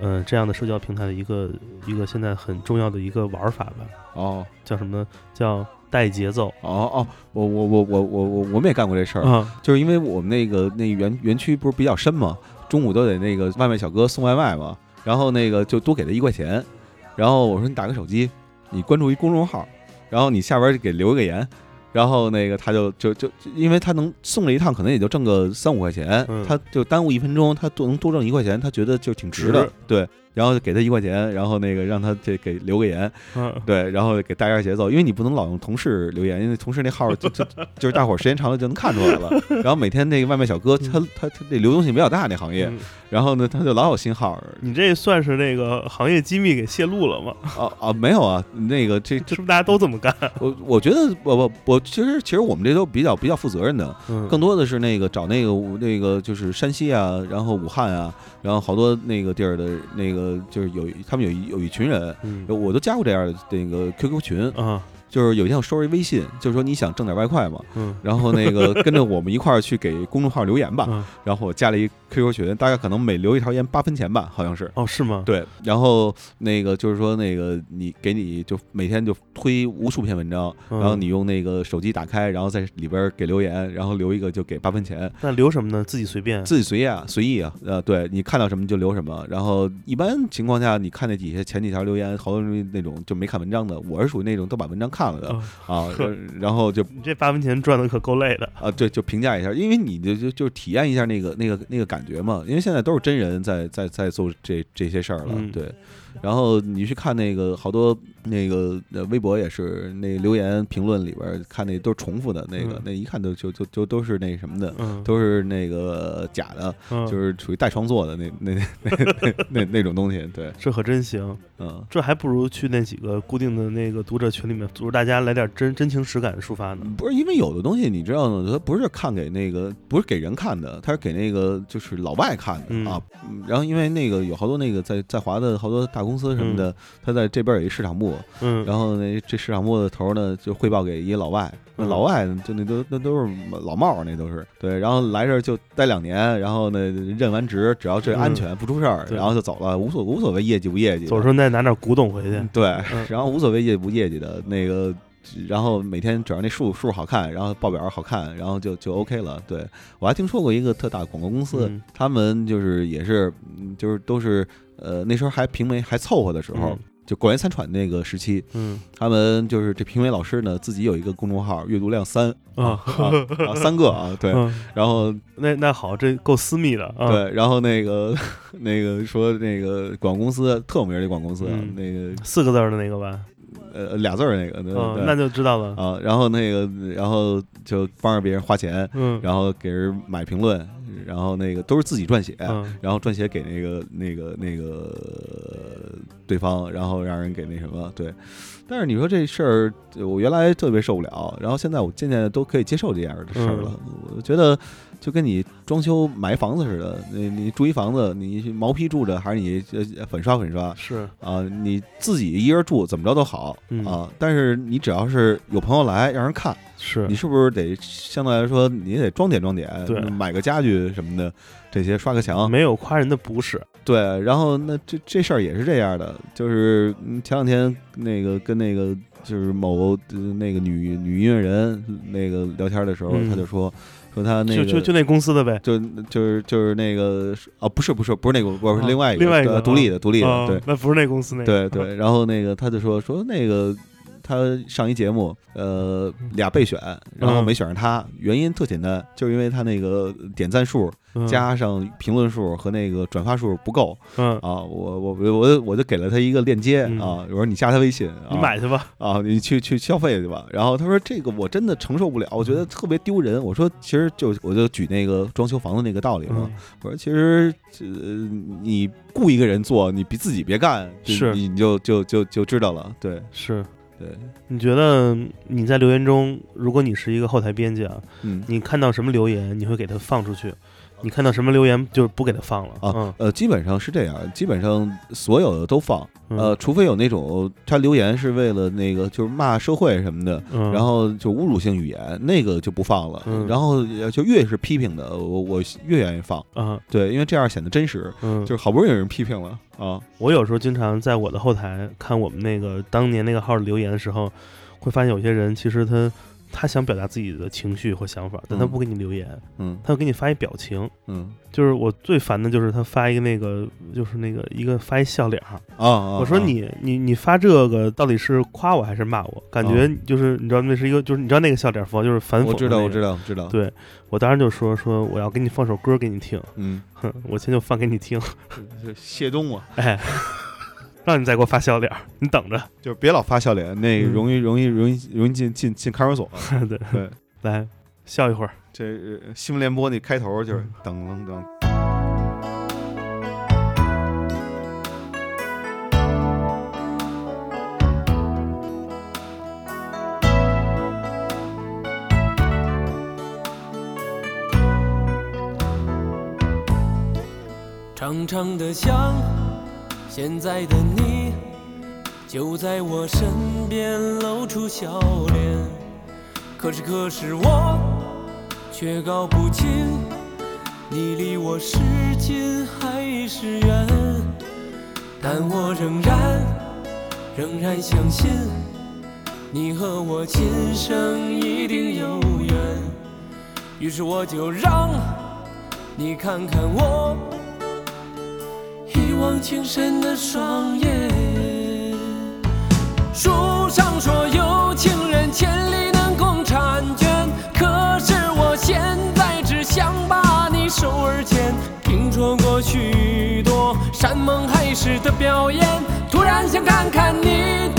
呃这样的社交平台的一个一个现在很重要的一个玩法吧，
哦
叫什么呢？叫带节奏
哦哦，我我我我我我我们也干过这事儿，
啊，
就是因为我们那个那园园区不是比较深嘛，中午都得那个外卖小哥送外卖嘛，然后那个就多给他一块钱，然后我说你打个手机，你关注一公众号，然后你下边给留个言，然后那个他就就就，就因为他能送这一趟，可能也就挣个三五块钱，
嗯
他就耽误一分钟，他多能多挣一块钱，他觉得就挺值的。
值
对，然后就给他一块钱，然后那个让他这给留个言，
嗯，
对，然后给大家节奏，因为你不能老用同事留言，因为同事那号儿就就就是大伙儿时间长了就能看出来 了。然后每天那个外卖小哥，他他他这流动性比较大那行业，
嗯
然后呢他就老有新号儿，
你这算是那个行业机密给泄露了吗？
啊啊没有啊，那个这
是
这
不是大家都这么干？
我我觉得我我我其实其实我们这都比较比较负责任的，
嗯
更多的是那个找那个那个就是山西啊，然后武汉啊，然后好多那个地儿的那个就是有他们有一有一群人。
嗯
我都加过这样的那个 QQ 群，
啊
就是有一天我收着一微信，就是说你想挣点外快嘛，
嗯
然后那 个跟着我们一块儿去给公众号留言吧。
嗯
然后我加了一 QQ 群，大概可能每留一条言八分钱吧，好像是。
哦是吗？
对，然后那个就是说，那个你给你就每天就推无数篇文章，
嗯
然后你用那个手机打开，然后在里边给留言，然后留一个就给八分钱，
那留什么呢？自己随便。
自己随意啊，随意啊，呃，对你看到什么就留什么。然后一般情况下，你看那底下前几条留言，好多人那种就没看文章的，我是属于那种都把文章看了的
哦
啊
呵，
然后就
你这八分钱赚的可够累的。
啊，对，就评价一下，因为你就就就体验一下那个那个那个感觉嘛，因为现在都是真人在在在做这这些事儿了，
嗯
对。然后你去看那个好多那个呃微博也是那留言评论里边儿看那都是重复的那个，
嗯
那一看都就就就都是那什么的，
嗯，
都是那个假的，
嗯
就是属于带创作的那那那那那那那种东西，对，
这可真行，
嗯。
这还不如去那几个固定的那个读者群里面，组织大家来点真真情实感的抒发呢。
不是因为有的东西你知道呢，它不是看给那个不是给人看的，它是给那个就是老外看的、
嗯
啊。嗯然后因为那个有好多那个在在华的好多大公司什么的，他在这边有一市场部，
嗯，
然后那这市场部的头呢就汇报给一老外，那
嗯
老外呢就那都那都是老帽儿那都是对，然后来这儿就待两年，然后呢认完职，只要这安全不出事儿，
嗯对
然后就走了，无所无所谓业绩不业绩，
走的时候再拿点古董回去。
对
嗯，
然后无所谓业绩不业绩的那个，然后每天只要那数数好看，然后报表好看，然后就就 OK 了。对我还听说过一个特大广告公司，
嗯
他们就是也是嗯就是都是呃那时候还评委还凑合的时候。
嗯
就广元参传那个时期，
嗯
他们就是这评委老师呢，自己有一个公众号，阅读量三
啊，
啊，啊三个啊，对，
嗯
然后
那那好，这够私密的啊。，
对，然后那个那个说那个广告公司特有名儿的广告公司啊，
嗯
那个
四个字儿的那个吧。
呃俩字儿那个，对
嗯，
对
那就知道了。
啊，然后那个，然后就帮着别人花钱，
嗯
然后给人买评论，然后那个都是自己撰写，
嗯
然后撰写给那个那个那个对方，然后让人给那什么对。但是你说这事儿，我原来特别受不了，然后现在我渐渐地都可以接受这样的事儿了。我觉得就跟你装修买房子似的，你你住一房子，你毛坯住着还是你呃粉刷粉刷，
是
啊，你自己一人住怎么着都好
嗯
啊，但是你只要是有朋友来让人看，
是
你，是不是得相对来说你得装点装点，
对
买个家具什么的，这些刷个墙，
没有夸人的不是。
对，然后那这这事儿也是这样的，就是嗯前两天那个跟那个就是某呃那个女女音乐人那个聊天的时候，
嗯
她就说说她那
就
个
就就那公司的呗。
就就是就是那个啊，不是不是不是那个，不是
啊
另外一个，
另外一个
呃独立的独立的，
啊
对，，
那不是那公司那个。啊
对 对，然后那个他就说说那个他上一节目，呃，
嗯
俩备选，然后没选上他，原因特简单，就是因为他那个点赞数
嗯
加上评论数和那个转发数不够
嗯，
啊，我我我我我就给了他一个链接
嗯
啊，我说你加他微信，啊
你买去吧。
啊，你去去消费去吧。然后他说这个我真的承受不了，我
嗯
觉得特别丢人。我说其实就我就举那个装修房子那个道理嘛，
嗯
我说其实这、你雇一个人做，你比自己别干，就是你你就就就就知道了。对
是。
对，
你觉得你在留言中，如果你是一个后台编辑啊，
嗯
你看到什么留言，你会给它放出去；你看到什么留言，就不给它放了。
啊呃，基本上是这样，基本上所有的都放，
嗯，
呃，除非有那种他留言是为了那个就是骂社会什么的。
嗯，
然后就侮辱性语言，那个就不放了。
嗯
然后也就越是批评的，我我越愿意放。
啊，
对，因为这样显得真实。
嗯，
就是好不容易有人批评了啊，
我有时候经常在我的后台看我们那个当年那个号留言的时候，会发现有些人其实他他想表达自己的情绪或想法，但他不给你留言，
嗯
他会给你发一表情。
嗯
就是我最烦的就是他发一个那个，就是那个一个发一笑脸儿。
啊啊！
我说
啊
你你你发这个到底是夸我还是骂我？感觉就是你知道那是一个就是你知道那个笑脸儿符号就是反讽的那个。
啊我知道，我知道，我知道。
对我当时就说说我要给你放首歌给你听，
嗯，
哼，我先就放给 你听，
谢东啊，
哎，让你再给我发笑脸儿，你等着。
就是别老发笑脸，那
嗯
容易容易容易容易进进进看守所。
对，
对，
来笑一会儿。
这呃新闻联播那开头就是
嗯
噔噔噔。
长长的想，现在的你就在我身边露出笑脸，可是可是我却搞不清，你离我是近还是远，但我仍然仍然相信，你和我今生一定有缘，于是我就让你看看我。一往情深的双眼。书上说有情人千里能共婵娟，可是我现在只想把你手儿牵。听说过许多山盟海誓的表演，突然想看看你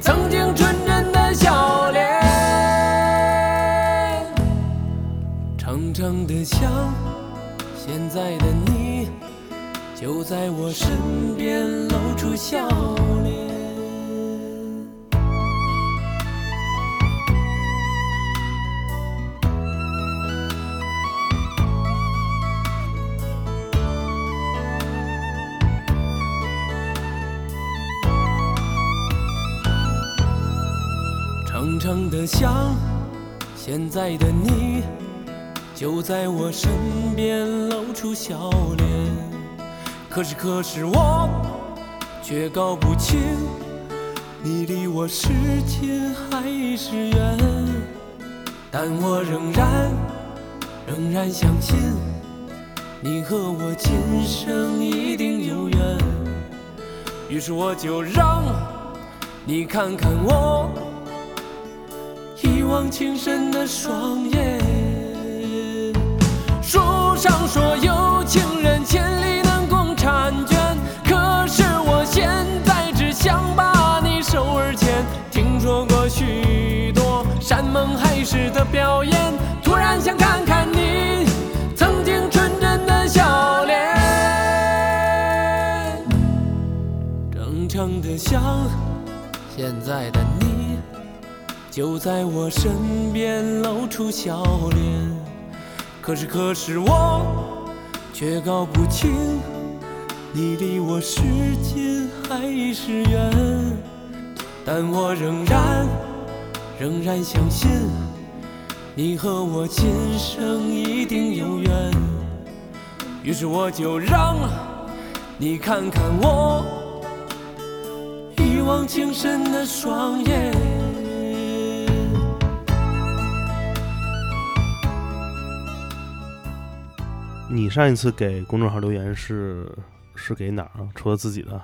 曾经纯真的笑脸。长长的想，现在的你。就在我身边露出笑脸。常常的想，现在的你就在我身边露出笑脸。可是可是我却搞不清，你离我是近还是远。但我仍然仍然相信，你和我今生一定有缘。于是我就让你看看我一往情深的双眼。书上说有情人千里能共婵娟，可是我现在只想把你手儿牵。听说过许多山盟海誓的表演，突然想看看你曾经纯真的笑脸。长长的想，现在的你就在我身边露出笑脸。可是可是我却搞不清，你离我是近还是远。但我仍然仍然相信，你和我今生一定有缘。于是我就让你看看我一往情深的双眼。
你上一次给公众号留言是是给哪儿啊？除了自己的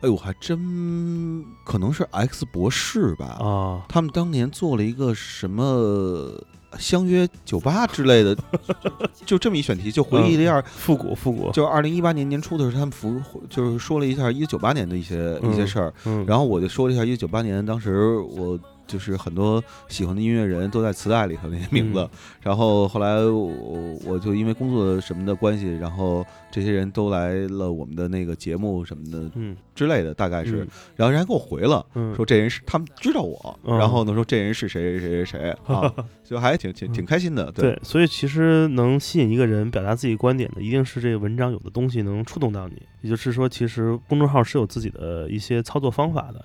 哎，我还真可能是 X 博士吧。
啊，
他们当年做了一个什么呃相约酒吧之类的， 就这么一选题，就回忆了一下，
复古复古，
就二零一八年年初的时候，他们服就是说了一下一九九八年的一些一些
嗯
事儿，
嗯，
然后我就说了一下一九九八年，当时我。就是很多喜欢的音乐人都在磁带里头那些名字，
嗯
然后后来我我就因为工作什么的关系，然后这些人都来了我们的那个节目什么的
嗯
之类的，大概是，
嗯
然后人家给我回了，
嗯
说这人是他们知道我，
嗯
然后呢说这人是谁谁谁谁谁 啊，就还挺
嗯
挺挺开心的，
对，所以其实能吸引一个人表达自己观点的，一定是这个文章有的东西能触动到你。也就是说，其实公众号是有自己的一些操作方法的，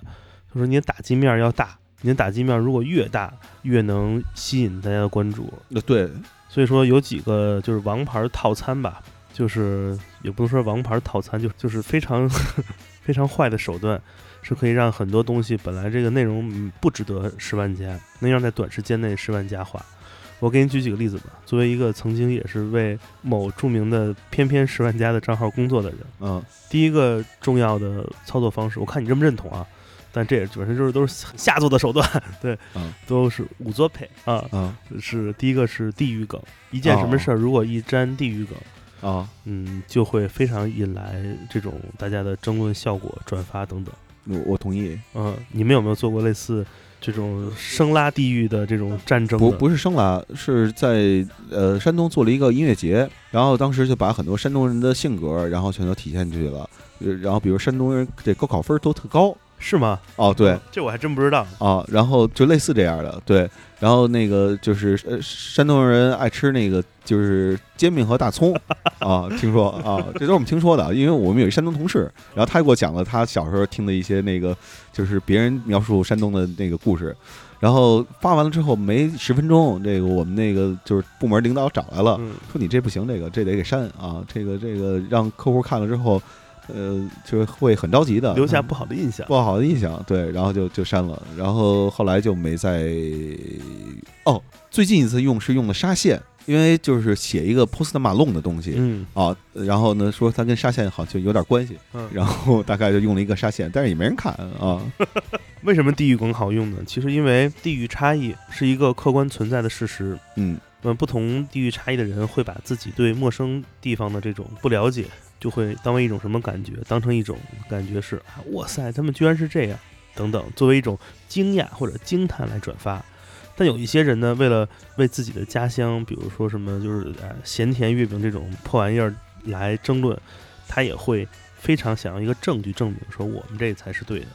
就是你的打击面儿要大，你的打击面儿如果越大，越能吸引大家的关注。
对对，
所以说有几个就是王牌套餐吧，就是也不能说王牌套餐，就就是非常 非常坏的手段，是可以让很多东西本来这个内容嗯不值得十万加，能让在短时间内十万加化。我给你举几个例子吧。作为一个曾经也是为某著名的“偏偏十万加”的账号工作的人，
嗯，
第一个重要的操作方式，我看你认不认同啊？但这也本身就是都是很下作的手段，对，
嗯
都是仵作配啊。
啊
是第一个是地狱梗，一件
哦
什么事儿如果一沾地狱梗，
啊，
嗯，就会非常引来这种大家的争论效果、转发等等。
我我同意，
嗯，你们有没有做过类似这种生拉地狱的这种战争的？
不不是生拉，是在呃山东做了一个音乐节，然后当时就把很多山东人的性格，然后全都体现出去了。呃然后比如山东人这高考分儿都特高
是吗？
哦，对，
这我还真不知道。
啊，然后就类似这样的，对，然后那个就是呃，山东人爱吃那个就是煎饼和大葱啊，听说啊，这都是我们听说的，因为我们有一山东同事，然后他给我讲了他小时候听的一些那个就是别人描述山东的那个故事，然后发完了之后没十分钟，这个我们那个就是部门领导找来了，
嗯，
说你这不行，这个这得给删啊，这个这个让客户看了之后，呃，就是会很着急的，
留下
嗯
不好的印象。
不好的印象，对，然后就就删了，然后后来就没再哦，最近一次用是用的沙县，因为就是写一个 post malone 的东西。
嗯，
啊，然后呢，说它跟沙县好像有点关系，
嗯
然后大概就用了一个沙县，但是也没人看啊，
为什么地域梗好用呢？其实因为地域差异是一个客观存在的事实。
嗯
嗯，不同地域差异的人会把自己对陌生地方的这种不了解，就会当为一种什么感觉？当成一种感觉是啊，哇塞，他们居然是这样，等等，作为一种惊讶或者惊叹来转发。但有一些人呢，为了为自己的家乡，比如说什么就是呃咸甜月饼这种破玩意儿来争论，他也会非常想要一个证据证明说我们这才是对的。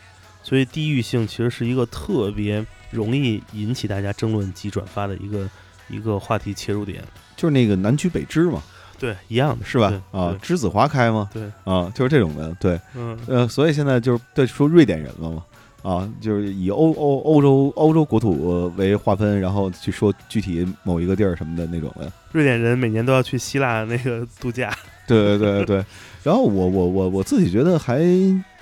所以地域性其实是一个特别容易引起大家争论及转发的一个一个话题切入点。
就是那个南橘北枳嘛，
对，一样的
是吧？
对
啊，栀子花开嘛，
对，
啊，就是这种的，对，
嗯，
呃，所以现在就是对说瑞典人了嘛，啊，就是以欧欧欧洲欧洲国土为划分，然后去说具体某一个地儿什么的那种的，
瑞典人每年都要去希腊那个度假。
对对对对。然后我我我我自己觉得还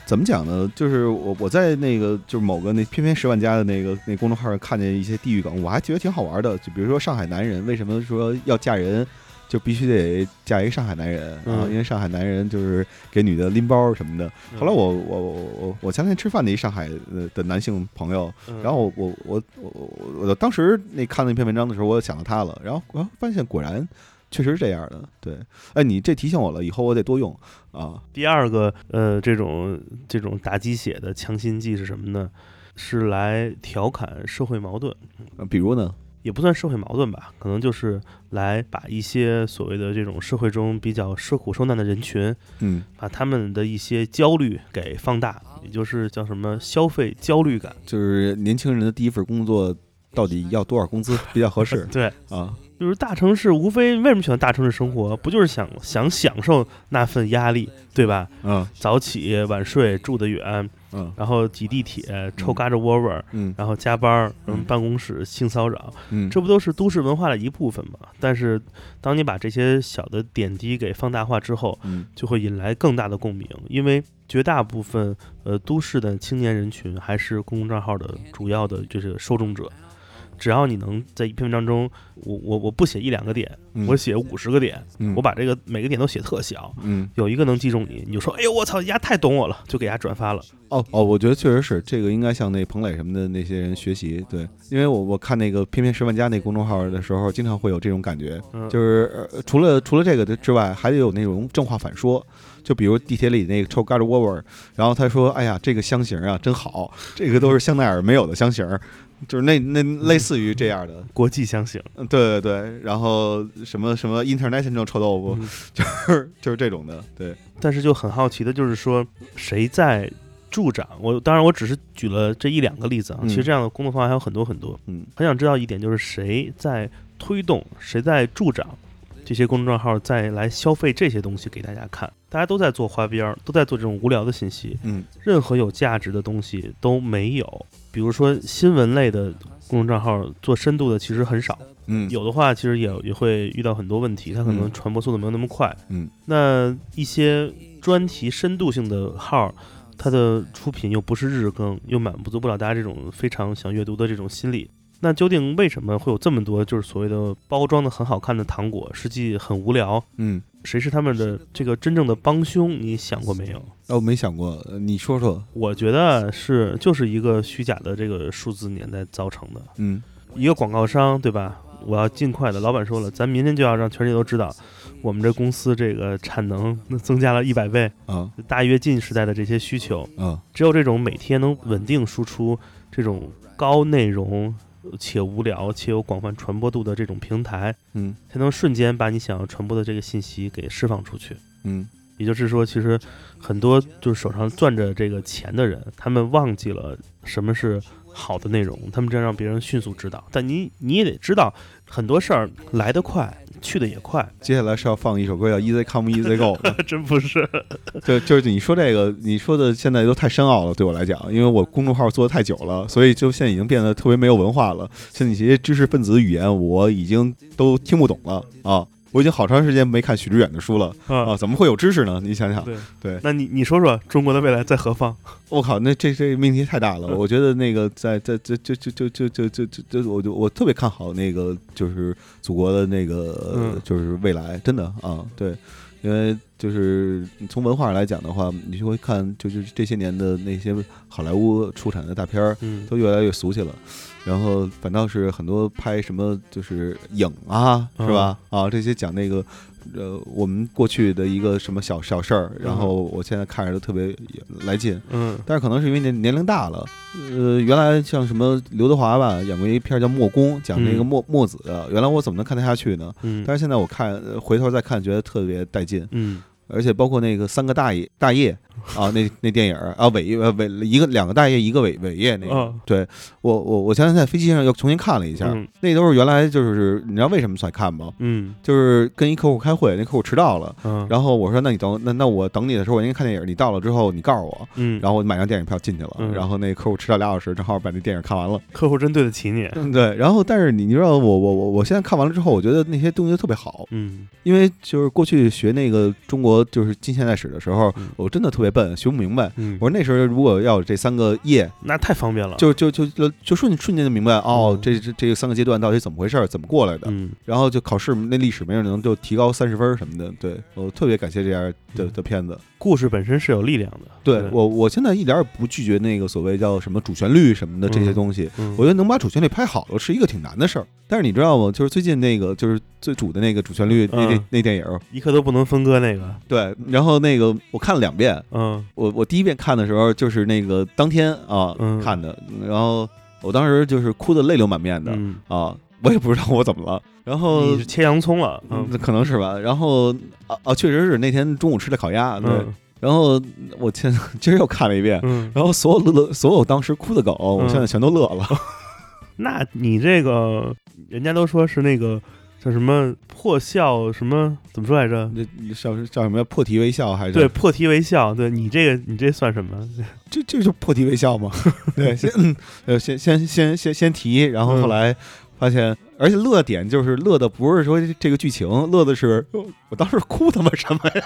怎么讲呢？就是我我在那个就是某个那偏偏十万加的那个那公众号上看见一些地域梗，我还觉得挺好玩的。就比如说上海男人为什么说要嫁人？就必须得嫁一个上海男人啊，
嗯
因为上海男人就是给女的拎包什么的。后来
嗯
我我我我我前天吃饭的一上海呃的男性朋友，
嗯，
然后我我我我我我当时那看那篇文章的时候，我想到他了，然后我发现果然确实是这样的。对，哎，你这提醒我了，以后我得多用啊。
第二个，呃，这种这种打鸡血的强心剂是什么呢？是来调侃社会矛盾，
呃比如呢，
也不算社会矛盾吧，可能就是来把一些所谓的这种社会中比较受苦受难的人群，
嗯
把他们的一些焦虑给放大，也就是叫什么消费焦虑感。
就是年轻人的第一份工作到底要多少工资比较合适
对，
啊？
就是大城市无非为什么喜欢大城市生活，不就是想想享受那份压力，对吧？
嗯
早起晚睡，住得远，
嗯
然后挤地铁，臭嘎着窝窝儿，
嗯
然后加班儿，
嗯
嗯，办公室性骚扰，
嗯，
这不都是都市文化的一部分吗？但是，当你把这些小的点滴给放大化之后，
嗯
就会引来更大的共鸣，因为绝大部分呃都市的青年人群还是公众账号的主要的就是受众者。只要你能在一篇文章中，我我我不写一两个点，
嗯
我写五十个点，
嗯
我把这个每个点都写特小，
嗯
有一个能击中你，你就说，哎呦我操，丫太懂我了，就给丫转发了。
哦哦，我觉得确实是这个，应该向那彭磊什么的那些人学习。对，因为我我看那个偏偏十万加那公众号的时候，经常会有这种感觉，
嗯
就是、呃、除了除了这个之外，还得有那种正话反说。就比如地铁里那个臭嘎吱窝窝，然后他说：“哎呀，这个香型啊真好，这个都是香奈儿没有的香型。”就是那那类似于这样的，
国际相型，
嗯对对对，然后什么什么 international 臭豆腐，
嗯
就是就是这种的，对，
但是就很好奇的就是说，谁在助长我？当然我只是举了这一两个例子啊，
嗯
其实这样的工作方案还有很多很多。
嗯
很想知道一点，就是谁在推动，谁在助长这些公众账号再来消费这些东西给大家看。大家都在做花边儿，都在做这种无聊的信息，
嗯
任何有价值的东西都没有。比如说新闻类的公众账号做深度的其实很少，
嗯，
有的话其实也也会遇到很多问题，它可能
嗯
传播速度没有那么快。
嗯，
那一些专题深度性的号，它的出品又不是日更，又满足不了大家这种非常想阅读的这种心理。那究竟为什么会有这么多就是所谓的包装的很好看的糖果，实际很无聊？
嗯，
谁是他们的这个真正的帮凶？你想过没有？
那我没想过，呃你说说，
我觉得是就是一个虚假的这个数字年代造成的。
嗯
一个广告商，对吧？我要尽快的，老板说了，咱明天就要让全世界都知道，我们这公司这个产能 增加了一百倍，
啊
大跃进时代的这些需求，
啊，
只有这种每天能稳定输出这种高内容且无聊且有广泛传播度的这种平台，
嗯
才能瞬间把你想要传播的这个信息给释放出去。
嗯
也就是说，其实很多就是手上攥着这个钱的人，他们忘记了什么是好的内容，他们这样让别人迅速知道。但你你也得知道，很多事儿来得快，去得也快，
接下来是要放一首歌叫《Easy Come Easy Go》的，
真不是。
就就是你说这个，你说的现在都太深奥了，对我来讲，因为我公众号做的太久了，所以就现在已经变得特别没有文化了。现在一些知识分子语言我已经都听不懂了啊！我已经好长时间没看许知远的书了啊！
啊，
怎么会有知识呢？你想想，
对
对
那你你说说中国的未来在何方？
我靠，那这这命题太大 了。
嗯
我觉得那个在在在就就就就就就就就我就我特别看好那个就是祖国的那个、
嗯
就是未来，真的啊，对，因为就是从文化上来讲的话，你就会看就是这些年的那些好莱坞出产的大片儿
嗯，
都越来越俗气了。然后反倒是很多拍什么就是影啊，
嗯
是吧？啊，这些讲那个呃我们过去的一个什么小小事儿，然后我现在看着都特别来劲。
嗯
但是可能是因为年年龄大了，呃，原来像什么刘德华吧，演过一片儿叫《墨宫》，讲那个
嗯
墨墨子的，原来我怎么能看得下去呢？
嗯
但是现在我看呃回头再看，觉得特别带劲，
嗯
而且包括那个三个大爷大爷啊，那那电影儿啊伟呃伟一个两个大爷一个伟伟业那个，
啊
对我我我前两天在飞机上又重新看了一下，
嗯
那都是原来就是你知道为什么才看吗？
嗯
就是跟一客户开会，那客户迟到了，
嗯，
然后我说那你等那那我等你的时候，我应该看电影，你到了之后你告诉我，
嗯，
然后我买张电影票进去了，
嗯
然后那客户迟到俩小时，正好把那电影看完了。
客户真对得起你。
嗯，对。然后，但是你你知道我我我我现在看完了之后，我觉得那些东西都特别好，
嗯
因为就是过去学那个中国就是近现代史的时候
嗯，
我真的特别笨，学不明白。
嗯，
我说那时候如果要有这三个页，
那太方便了。
就就就就就瞬瞬间就明白哦
啊嗯，
这这这三个阶段到底怎么回事儿，怎么过来的。
嗯
然后就考试那历史没准能就提高三十分儿什么的。对我特别感谢这样的
嗯
的片子。
故事本身是有力量的。
对我我现在一点儿也不拒绝那个所谓叫什么主旋律什么的这些
嗯
东西，
嗯
我觉得能把主旋律拍好了是一个挺难的事儿，但是你知道吗？就是最近那个就是最主的那个主旋律那、那
嗯
那电影儿，
一刻都不能分割那个。
对，然后那个我看了两遍，
嗯
我我第一遍看的时候就是那个当天啊、
嗯
看的，然后我当时就是哭的泪流满面的、
嗯。
啊，我也不知道我怎么了，然后
你是切洋葱了，
嗯
呃嗯，
可能是吧，然后啊啊，确实是那天中午吃的烤鸭，对，
嗯
然后我前 今儿又看了一遍。
嗯，
然后所有乐，所有当时哭的狗，我
嗯
现在全都乐 了。
那你这个人家都说是那个叫什么破笑什么怎么说来着？
这你叫叫什么呀？破涕为笑还是
对，破涕为笑，对你这个你这算什么？
这这就破涕为笑嘛。对，先嗯呃先先先先先提，然
嗯
后后来发现，而且乐点就是乐的不是说这个剧情，乐的是哦我当时哭他妈什么呀？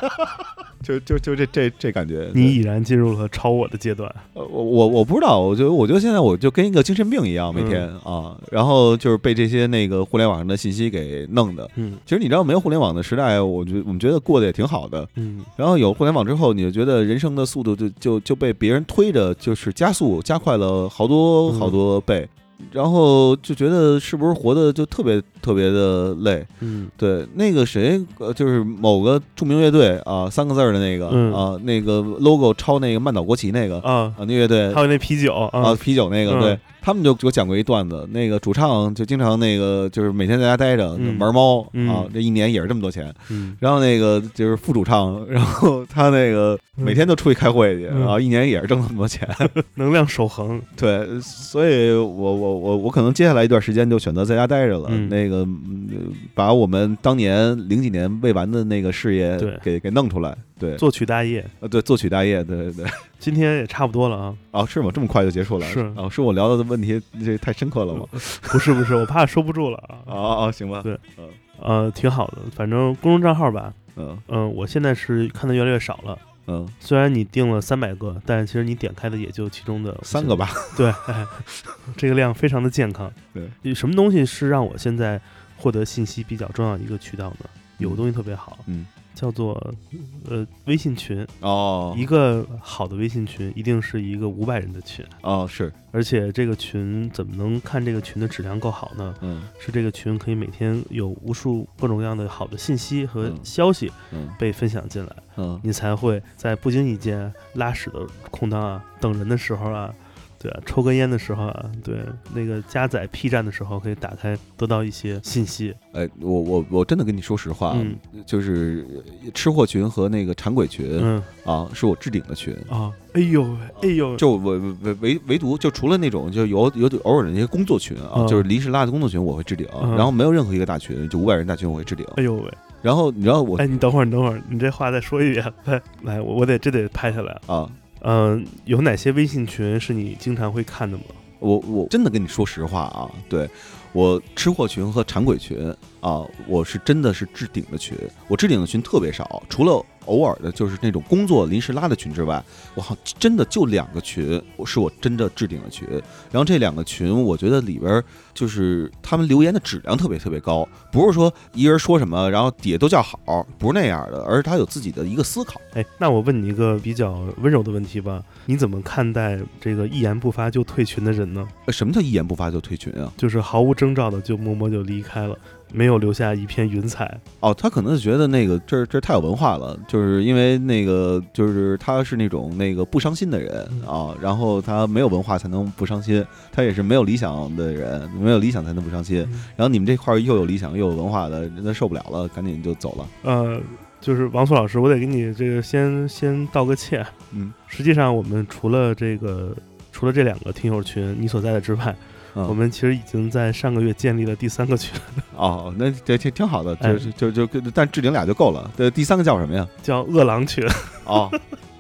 就就就这这这感觉。
你已然进入了超我的阶段，
呃我我我不知道，我觉得我觉得现在我就跟一个精神病一
嗯
样，每天、啊，然后就是被这些那个互联网上的信息给弄的。
嗯
其实你知道，没有互联网的时代，我觉我们觉得过得也挺好的。
嗯
然后有互联网之后，你就觉得人生的速度就就就被别人推着，就是加速加快了好多
嗯
好多倍，然后就觉得是不是活的就特别特别的累？
嗯
对，那个谁，呃，就是某个著名乐队啊，三个字儿的那个、
嗯
啊，那个 logo 抄那个曼岛国旗那个啊，
啊，
那乐队
还有那啤酒
啊
啊，，
啤酒那个，
嗯
对他们就给我讲过一段子，那个主唱就经常那个就是每天在家待着
嗯
玩猫
嗯
啊，这一年也是这么多钱。
嗯
然后那个就是副主唱， 然后他那个
嗯
每天都出去开会去，
嗯
然后一年也是挣那么多钱。
能量守恒，
对，所以我我我我可能接下来一段时间就选择在家待着了。
嗯
那个嗯把我们当年零几年未完的那个事业
对
给给弄出来，对，
作曲大业，
呃对，作曲大业，对对 对，
今天也差不多了啊。
哦，是吗？这么快就结束了？
是
哦，是我聊到的问题这太深刻了吗？
不是不是，我怕收不住了啊。
哦哦，行吧，
对
嗯，
呃，挺好的，反正公众账号吧，
嗯
嗯、我现在是看的越来越少了。
嗯，
虽然你定了三百个，但是其实你点开的也就其中的
三个。吧，
对、哎，这个量非常的健康。呃
对，
什么东西是让我现在获得信息比较重要的一个渠道呢？有个东西特别好，
嗯，
叫做呃微信群。
哦
一个好的微信群一定是一个五百人的群，
哦是，
而且这个群怎么能看这个群的质量够好呢？
嗯
是这个群可以每天有无数各种各样的好的信息和
嗯
消息
嗯
被分享进来，
嗯，
你才会在不经意间拉屎的空当啊、等人的时候啊、对啊、抽根烟的时候啊、对那个加载 P 站的时候，可以打开得到一些信息。
哎，我我我真的跟你说实话，啊
嗯
就是呃吃货群和那个馋鬼群、
嗯
啊，是我置顶的群。
啊，哎呦喂，哎呦，
就我唯唯唯独就除了那种就有有偶尔的那些工作群啊，
嗯
就是临时拉的工作群我会置顶，
嗯
然后没有任何一个大群，就五百人大群我会置顶。
哎呦喂，
然后你知道我、
哎，你等会儿，你等会儿，你这话再说一遍，来来，我我得这得拍下来。
啊，
嗯、有哪些微信群是你经常会看的吗？
我我真的跟你说实话啊，对我吃货群和馋鬼群啊，我是真的是置顶的群，我置顶的群特别少，除了偶尔的就是那种工作临时拉的群之外，我好像真的就两个群，我是我真的置顶的群。然后这两个群，我觉得里边儿就是他们留言的质量特别特别高，不是说一人说什么，然后底下都叫好，不是那样的，而是他有自己的一个思考。
哎，那我问你一个比较温柔的问题吧，你怎么看待这个一言不发就退群的人呢？
呃什么叫一言不发就退群啊？
就是毫无征兆的就默默就离开了，没有留下一片云彩。
哦，他可能是觉得那个这儿这儿太有文化了，就是因为那个就是他是那种那个不伤心的人
嗯
啊，然后他没有文化才能不伤心，他也是没有理想的人，没有理想才能不伤心。
嗯
然后你们这块儿又有理想又有文化的，那受不了了，赶紧就走了。
呃，就是王素老师，我得给你这个先先道个歉。
嗯，
实际上我们除了这个除了这两个听友群你所在的之外，
嗯
我们其实已经在上个月建立了第三个群，
哦，那这挺挺好的，
哎
就是就就就但置顶俩就够了。对，第三个叫什么呀？
叫饿狼群。
哦，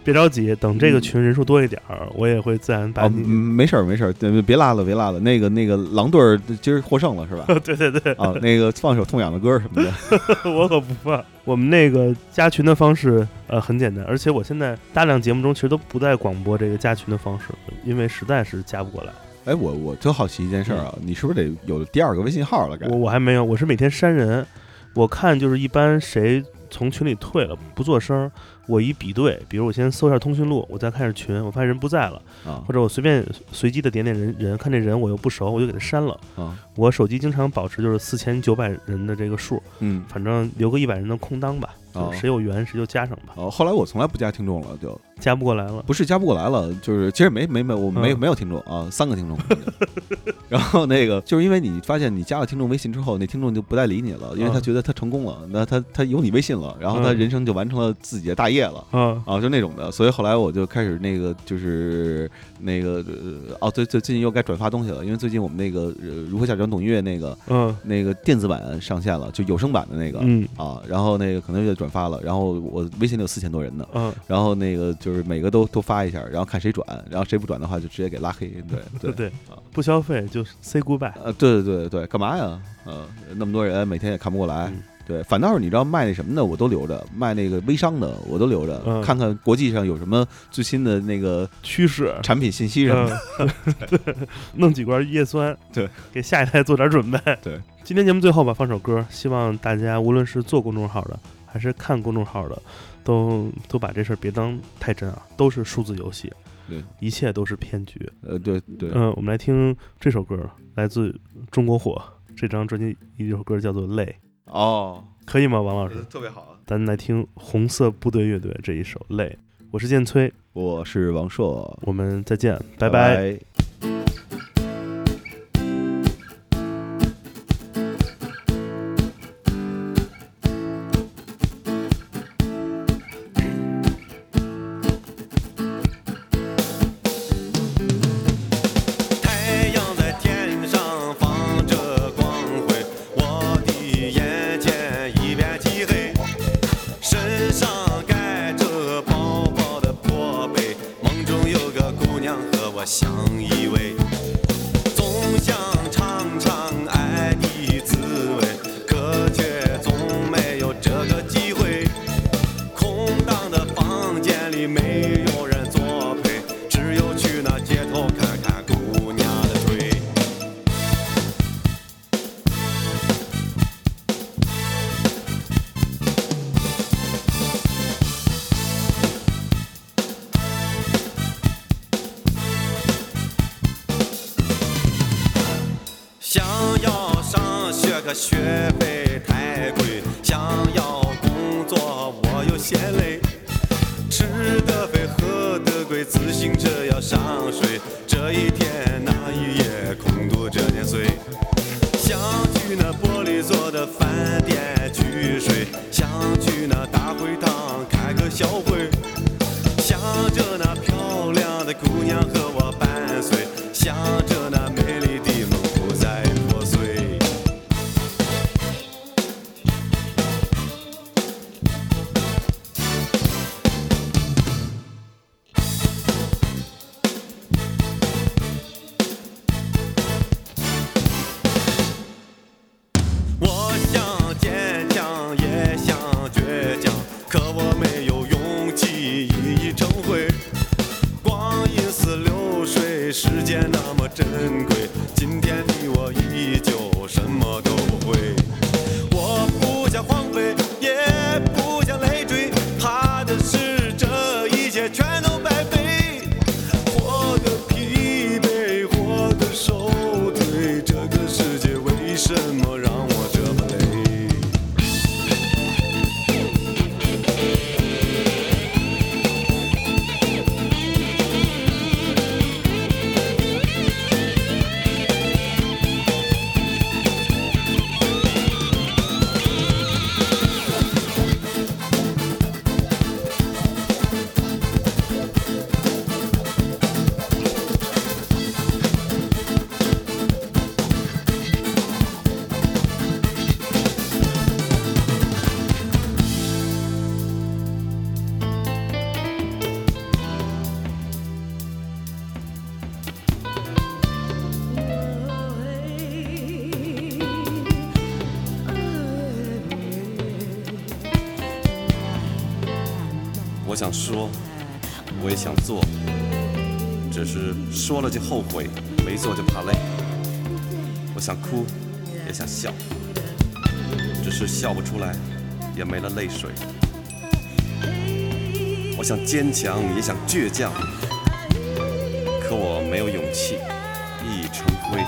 别着急，等这个群人数多一点儿，我也会自然
嗯
把
哦，
你。
没事儿没事儿，对别拉了别拉了。那个那个狼队儿今儿获胜了是 吧？
对对对，
啊，那个放首痛痒的歌什么的。
我可不怕。我们那个加群的方式，呃，很简单，而且我现在大量节目中其实都不再广播这个加群的方式，因为实在是加不过来。
哎，我我特好奇一件事儿啊，你是不是得有第二个微信号了？该
嗯我我还没有，我是每天删人，我看就是一般谁从群里退了不做声儿，我一比对，比如我先搜一下通讯录，我再看一下群，我发现人不在了，
啊
或者我随便随机的点点人人，看这人我又不熟，我就给他删了。
啊
我手机经常保持就是四千九百人的这个数，
嗯
反正留个一百人的空档吧，
哦
就是谁有缘谁就加上吧，
哦，后来我从来不加听众了，就
加不过来了。
不是加不过来了，就是其实没没没我没、
嗯
没有听众啊，三个听众。 然后那个就是因为你发现你加了听众微信之后，那听众就不再理你了，因为他
嗯
觉得他成功了，那他他有你微信了，然后他
嗯
人生就完成了自己的大业了。
啊，
啊，就那种的，所以后来我就开始那个，就是那个，呃哦，对，最最近又该转发东西了，因为最近我们那个呃如何下载懂音乐那个
嗯
那个电子版上线了，就有声版的那个、
嗯
啊，然后那个可能就转发了，然后我微信里有四千多人呢，
嗯，
然后那个就是每个都都发一下，然后看谁转，然后谁不转的话就直接给拉黑，对
对
对。
对
啊，
不消费就是 say goodbye。
呃，对对对对，干嘛呀？呃，那么多人，每天也看不过来。
嗯
对，反倒是你知道卖那什么的，我都留着；卖那个微商的，我都留着，
嗯
看看国际上有什么最新的那个
驱使，
产品信息什么的。
嗯 对，弄几罐叶酸，
对，
给下一代做点准备。
对，
今天节目最后吧，放首歌，希望大家无论是做公众号的，还是看公众号的，都都把这事儿别当太真啊，都是数字游戏，
对，
一切都是骗局。
呃，对对，
嗯、我们来听这首歌，来自中国火这张专辑，一首歌叫做《泪》，
哦，
可以吗，王老师？
特别好。
咱来听红色部队乐队这一首《泪》，我是建崔，
我是王硕，
我们再见，拜
拜
拜
拜
太阳在天上放着光辉，我我相依偎。总想尝尝爱的滋味，可却总没有这个机会。空荡的房间里没有人作陪，只有去那街头看看姑娘的腿。想要上学，可学费太贵；想要工作，我又嫌累。吃得肥，喝得贵，自行车要上税。这一天，那一夜，空度这年岁。想去那玻璃做的饭店去睡，想去那大会堂开个小会。想着那漂亮的姑娘和我伴随，想着那美丽的梦不再破碎。我想坚强，也想倔强，可我没有勇气一一成灰。光阴似流水，时间那么珍贵，今天的我依旧什么都不会。我不想荒废，也不想累赘，怕的是这一切全都白费。活得疲惫，活得受罪，这个世界为什么让我这么累？我想说，我也想做，只是说了就后悔，没做就怕累。我想哭，也想笑，只是笑不出来，也没了泪水。我想坚强，也想倔强，可我没有勇气，一一成灰。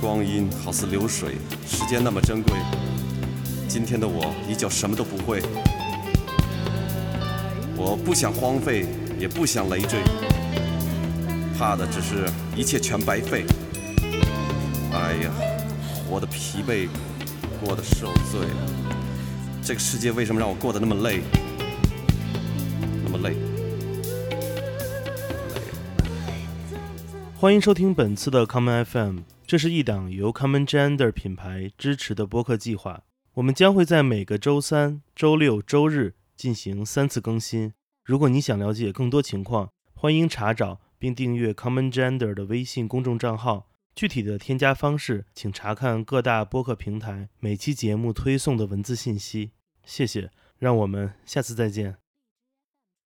光阴好似流水，时间那么珍贵。今天的我依旧什么都不会，我不想荒废，也不想累赘，怕的只是一切全白费。哎呀，活得疲惫，过得受罪了。这个世界为什么让我过得那么累，那么累？
欢迎收听本次的 Common FM，这是一档由 Common Gender 品牌支持的播客计划。我们将会在每个周三、周六、周日进行三次更新。如果你想了解更多情况，欢迎查找并订阅 Common Gender 的微信公众账号。具体的添加方式，请查看各大播客平台每期节目推送的文字信息。谢谢，让我们下次再见。